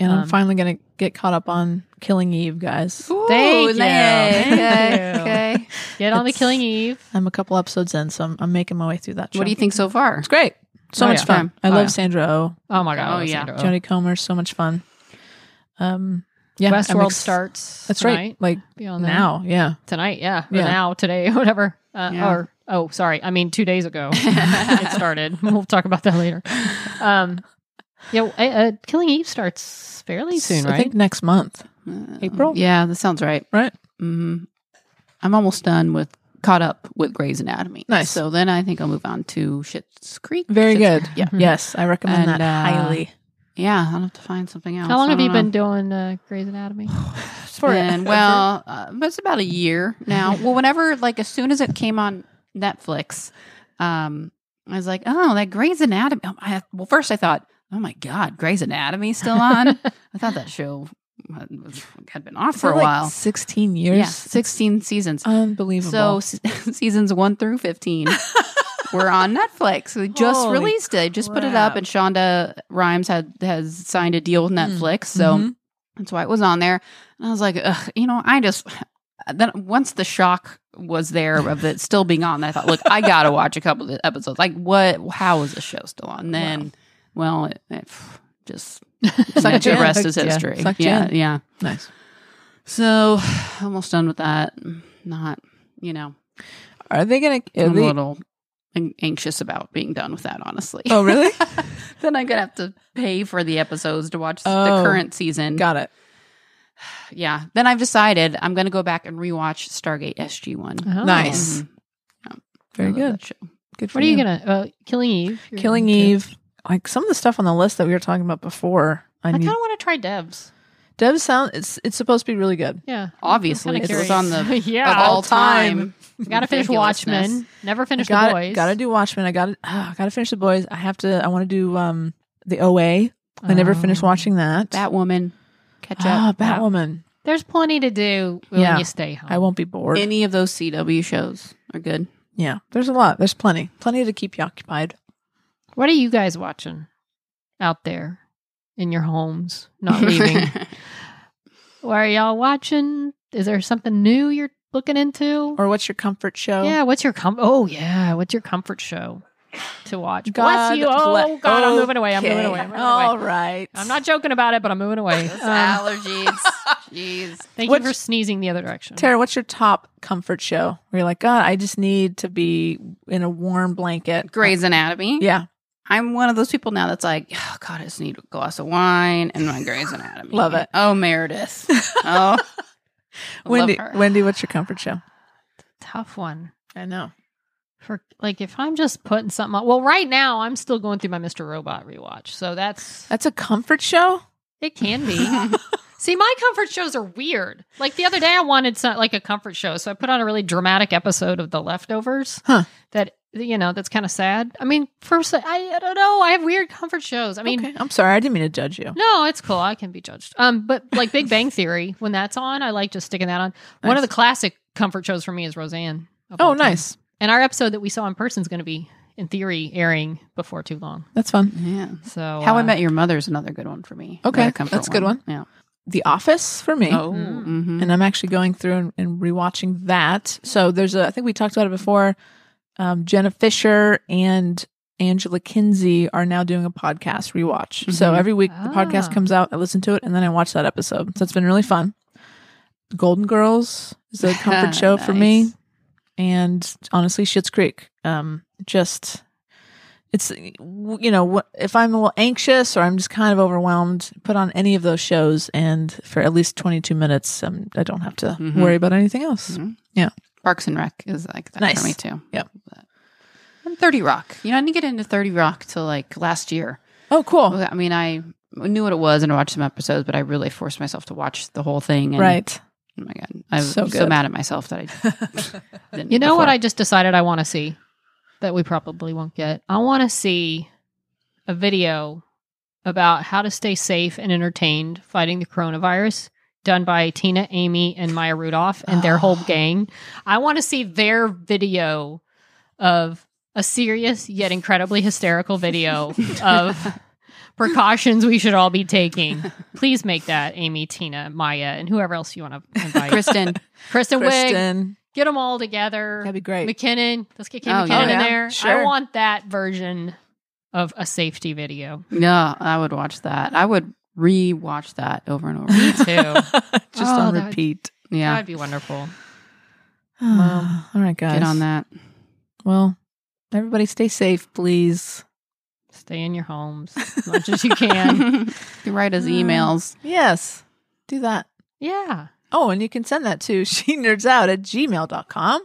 Speaker 3: And I'm
Speaker 2: Um,
Speaker 3: finally going to get caught up on Killing Eve, guys.
Speaker 2: Thank
Speaker 1: Ooh,
Speaker 2: you.
Speaker 1: yay.
Speaker 2: Thank
Speaker 1: Okay,
Speaker 2: you.
Speaker 1: okay.
Speaker 2: Get on the
Speaker 3: It's-
Speaker 2: Killing Eve.
Speaker 3: I'm a couple episodes in, so I'm, I'm making my way through that.
Speaker 1: What
Speaker 3: show.
Speaker 1: do you think so far?
Speaker 3: It's great. So
Speaker 2: Oh,
Speaker 3: much
Speaker 2: yeah.
Speaker 3: fun. I
Speaker 2: Oh,
Speaker 3: love
Speaker 2: yeah.
Speaker 3: Sandra Oh.
Speaker 2: Oh my God.
Speaker 1: Oh, yeah.
Speaker 2: Alessandra.
Speaker 3: Jodie Comer. So much fun. Um, yeah. I'm
Speaker 2: Westworld
Speaker 3: ex-
Speaker 2: starts.
Speaker 3: That's
Speaker 2: tonight.
Speaker 3: right. Like
Speaker 2: Beyond that.
Speaker 3: now. Yeah.
Speaker 2: tonight yeah or
Speaker 3: Yeah.
Speaker 2: now today whatever uh,
Speaker 1: Yeah.
Speaker 2: or oh sorry i mean two days ago it started we'll talk about that later um yeah uh, uh, killing eve starts fairly soon
Speaker 3: I
Speaker 2: right
Speaker 3: think next month, April.
Speaker 1: Yeah, that sounds right.
Speaker 3: Right.
Speaker 1: hmm I'm almost done with caught up with Grey's Anatomy.
Speaker 3: Nice.
Speaker 1: So then I think I'll move on to Shit's Creek.
Speaker 3: Very
Speaker 1: Schitt's
Speaker 3: good.
Speaker 1: Creek, Yeah.
Speaker 3: Yes, I
Speaker 1: And,
Speaker 3: recommend that
Speaker 1: uh,
Speaker 3: highly.
Speaker 1: Yeah. I'll have to find something else.
Speaker 2: how long
Speaker 1: I
Speaker 2: have
Speaker 1: don't
Speaker 2: you
Speaker 1: know.
Speaker 2: been doing uh, Grey's Anatomy?
Speaker 3: For
Speaker 1: been- well, uh, it's about a year now. well, whenever, like, as soon as it came on Netflix, um, I was like, oh, that Grey's Anatomy. Oh, I, well, first I thought, oh my God, Grey's Anatomy still on? I thought that show had had been off for a while.
Speaker 3: 16 years.
Speaker 1: Yeah, 16 seasons. So
Speaker 3: Unbelievable.
Speaker 1: se- seasons one through 15 were on Netflix. We just
Speaker 3: Holy
Speaker 1: released it. Just put it up,
Speaker 3: crap.
Speaker 1: and Shonda Rhimes had has signed a deal with Netflix, so
Speaker 3: Mhm.
Speaker 1: that's why it was on there. And I was like, Ugh, you know, I just then once the shock was there of it still being on, I thought, look, I gotta watch a couple of episodes. Like, what? How is the show still on? And then, well, it, it just
Speaker 3: Sucked
Speaker 1: the
Speaker 3: you in.
Speaker 1: rest is
Speaker 3: Yeah.
Speaker 1: history. Yeah,
Speaker 3: Sucked you
Speaker 1: yeah,
Speaker 3: in. nice.
Speaker 1: So almost done with that. Not, you know.
Speaker 3: Are they going to?
Speaker 1: I'm a little an- anxious about being done with that, honestly.
Speaker 3: Oh, really?
Speaker 1: then I'm gonna have to pay for the episodes to watch
Speaker 3: Oh.
Speaker 1: the current season.
Speaker 3: Got it.
Speaker 1: Yeah. Then I've decided I'm gonna go back and rewatch Stargate SG One.
Speaker 2: Oh.
Speaker 3: Nice.
Speaker 1: Mhm.
Speaker 3: Very
Speaker 1: I love
Speaker 3: good.
Speaker 1: that show.
Speaker 3: Good. For
Speaker 2: What are you gonna uh, Killing Eve? You're-
Speaker 3: Killing
Speaker 2: okay.
Speaker 3: Eve. Like some of the stuff on the list that we were talking about before. I,
Speaker 2: I kind
Speaker 3: need.
Speaker 2: of want to try Devs.
Speaker 3: Dev sound. It's it's supposed to be really good.
Speaker 2: Yeah,
Speaker 1: Obviously,
Speaker 2: kinda
Speaker 1: because it was on the
Speaker 2: curious. yeah.
Speaker 1: of all
Speaker 3: time.
Speaker 1: time.
Speaker 2: Got to finish
Speaker 1: ridiculousness.
Speaker 2: Watchmen. Never finished
Speaker 3: got
Speaker 2: the boys.
Speaker 3: got to do Watchmen. I got to uh, got to finish the boys. I have to. I want to do um the OA. I never
Speaker 2: Um, Oh.
Speaker 3: finished watching that.
Speaker 1: Batwoman. Catch
Speaker 3: Ah,
Speaker 1: up.
Speaker 3: Batwoman.
Speaker 2: There's plenty to do when
Speaker 3: Yeah.
Speaker 2: you stay home.
Speaker 3: I won't be bored.
Speaker 1: Any of those CW shows are good.
Speaker 3: yeah, there's a lot. There's plenty. Plenty to keep you occupied.
Speaker 2: What are you guys watching out there in your homes, not leaving? what are y'all watching? Is there something new you're looking into?
Speaker 3: Or what's your comfort show?
Speaker 2: yeah, what's your com? Oh yeah, what's your comfort show to watch?
Speaker 3: God
Speaker 2: Bless you.
Speaker 3: bless-
Speaker 2: Oh God, I'm moving away. I'm
Speaker 3: Okay.
Speaker 2: moving away. I'm moving away.
Speaker 3: All right.
Speaker 2: I'm not joking about it, but I'm moving away.
Speaker 1: Those
Speaker 2: Um,
Speaker 1: allergies. Jeez.
Speaker 2: thank
Speaker 3: What's-
Speaker 2: you for sneezing the other direction.
Speaker 3: Tara, what's your top comfort show? Where you're like, God, I just need to be in a warm blanket.
Speaker 1: Grey's Anatomy.
Speaker 3: Yeah,
Speaker 1: I'm one of those people now that's like, oh God, I just need a glass of wine and my Grey's Anatomy.
Speaker 3: Love it.
Speaker 1: Oh, Meredith. Oh, I
Speaker 3: Wendy.
Speaker 1: love her.
Speaker 3: Wendy, what's your comfort show?
Speaker 2: Tough one.
Speaker 3: I know.
Speaker 2: For like, if I'm just putting something on. Well, right now I'm still going through my Mr. Robot rewatch, so that's
Speaker 3: That's a comfort show.
Speaker 2: It can be. See, my comfort shows are weird. Like the other day, I wanted some, like a comfort show, so I put on a really dramatic episode of The Leftovers.
Speaker 3: Huh.
Speaker 2: That you know, that's kind of sad. I mean, first, I, I don't know. I have weird comfort shows. I mean,
Speaker 3: okay. I'm sorry. I didn't mean to judge you.
Speaker 2: no, it's cool. I can be judged. Um, but like Big Bang Theory, when that's on, I like just sticking that on. One of the classic comfort shows for me is Roseanne. of
Speaker 3: Oh,
Speaker 2: all time.
Speaker 3: nice.
Speaker 2: And our episode that we saw in person is going to be, in theory, airing before too long.
Speaker 3: That's fun.
Speaker 1: Yeah.
Speaker 2: So
Speaker 1: How I
Speaker 2: uh,
Speaker 1: Met Your Mother is another good one for me.
Speaker 3: Okay,
Speaker 1: Another comfort
Speaker 3: that's a good
Speaker 1: Yeah.
Speaker 3: The Office for me.
Speaker 1: Oh.
Speaker 2: Mm.
Speaker 1: mhm.
Speaker 3: and I'm actually going through and, and rewatching that. So there's a, I think we talked about it before. Um, Jenna Fisher and Angela Kinsey are now doing a podcast rewatch. So
Speaker 1: Mhm.
Speaker 3: every week the
Speaker 2: Ah.
Speaker 3: podcast comes out, I listen to it, and then I watch that episode. So it's been really fun. Golden Girls is a comfort show for me,
Speaker 1: Nice.
Speaker 3: and honestly, Schitt's Creek. Um, just it's you know wh- if i'm a little anxious or i'm just kind of overwhelmed put on any of those shows and for at least 22 minutes um, i don't have to
Speaker 2: Mm-hmm.
Speaker 1: Mhm.
Speaker 3: worry about anything else
Speaker 1: Mhm.
Speaker 3: Yeah.
Speaker 1: Parks and Rec is like that
Speaker 3: Nice.
Speaker 1: for me too.
Speaker 3: Yep.
Speaker 1: And 30 Rock. You know, I didn't get into 30 Rock till like last year.
Speaker 3: oh cool
Speaker 1: Well, I mean, I knew what it was and I watched some episodes, but I really forced myself to watch the whole thing. And,
Speaker 3: right
Speaker 1: Oh my God. I'm
Speaker 3: So
Speaker 1: so,
Speaker 3: good.
Speaker 1: mad at myself that I didn't.
Speaker 2: You know what
Speaker 1: before.
Speaker 2: I just decided I want to see that we probably won't get? I want to see a video about how to stay safe and entertained fighting the coronavirus done by Tina, Amy, and Maya Rudolph and their whole gang. I want to see their video of a serious yet incredibly hysterical video of precautions we should all be taking. Please make that Amy, Tina, Maya, and whoever else you want to invite.
Speaker 1: Kristen.
Speaker 2: Kristen Wiig,
Speaker 3: kristen
Speaker 2: get them all together.
Speaker 3: that'd be great
Speaker 2: McKinnon. Let's get Kate
Speaker 1: Oh,
Speaker 2: McKinnon
Speaker 1: yeah.
Speaker 2: in
Speaker 3: Oh, yeah.
Speaker 2: there.
Speaker 3: Sure.
Speaker 2: I want that version of a safety video.
Speaker 1: No, I would watch that. I would re watch that over and over.
Speaker 2: Me too. that
Speaker 3: just
Speaker 2: Oh,
Speaker 3: on
Speaker 2: that-
Speaker 3: repeat
Speaker 1: Yeah.
Speaker 2: would be wonderful.
Speaker 3: well, all right guys
Speaker 1: Get on that.
Speaker 3: well everybody stay safe please
Speaker 2: Stay in your homes as much as you can.
Speaker 1: you write us emails.
Speaker 3: yes do that
Speaker 2: yeah.
Speaker 3: oh and you can send that to she nerds out at gmail.com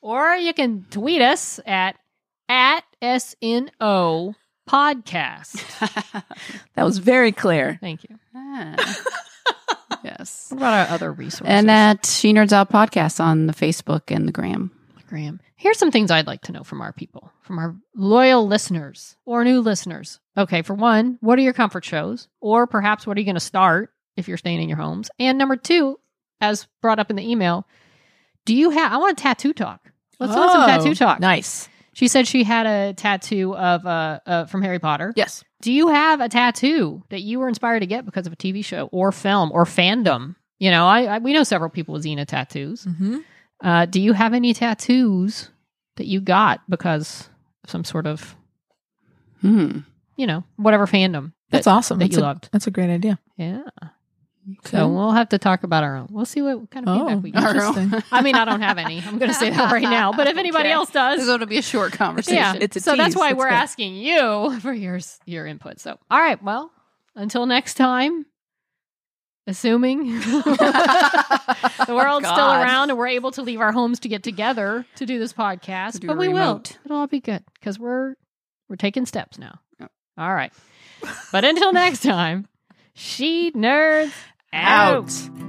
Speaker 2: Or you can tweet us at at SNO podcast.
Speaker 3: that was very clear
Speaker 2: Thank you.
Speaker 1: yes.
Speaker 2: What about our other resources?
Speaker 1: And at She Nerds Out Podcast on the Facebook and the gram.
Speaker 2: Graham. Here's some things I'd like to know from our people, from our loyal listeners or new listeners. Okay, for one, what are your comfort shows? Or perhaps what are you going to start if you're staying in your homes? And number two, as brought up in the email, do you have, I want a tattoo talk. Let's do some
Speaker 3: Oh,
Speaker 2: tattoo talk.
Speaker 3: nice
Speaker 2: She said she had a tattoo of uh, uh from Harry Potter.
Speaker 3: yes
Speaker 2: Do you have a tattoo that you were inspired to get because of a TV show or film or fandom? You know, I, I we know several people with Xena tattoos.
Speaker 3: mm-hmm
Speaker 2: Uh, do you have any tattoos that you got because of some sort of,
Speaker 1: Hmm.
Speaker 2: you know, whatever fandom?
Speaker 3: That's
Speaker 2: that,
Speaker 3: awesome.
Speaker 2: That
Speaker 3: that's
Speaker 2: you
Speaker 3: a,
Speaker 2: loved.
Speaker 3: That's a great idea.
Speaker 2: Yeah. So we'll have to talk about our own. We'll see what kind of
Speaker 3: Oh.
Speaker 2: feedback we get.
Speaker 1: Our own.
Speaker 3: interesting.
Speaker 2: I mean, I don't have any. I'm going to say that right now. But if anybody
Speaker 1: Okay.
Speaker 2: else does,
Speaker 1: This ought to be a short conversation.
Speaker 2: yeah.
Speaker 3: it's a
Speaker 2: so that's
Speaker 3: tease.
Speaker 2: why
Speaker 3: That's
Speaker 2: we're
Speaker 3: good.
Speaker 2: asking you for your s- your input. So all right. Well, until next time. Assuming the world's still
Speaker 1: God.
Speaker 2: around and we're able to leave our homes to get together to do this podcast,
Speaker 1: To do
Speaker 2: but
Speaker 1: a
Speaker 2: we
Speaker 1: remote.
Speaker 2: will. It'll all be good because we're we're taking steps now.
Speaker 1: Yep.
Speaker 2: All right. But until next time, she nerds out.
Speaker 3: Out.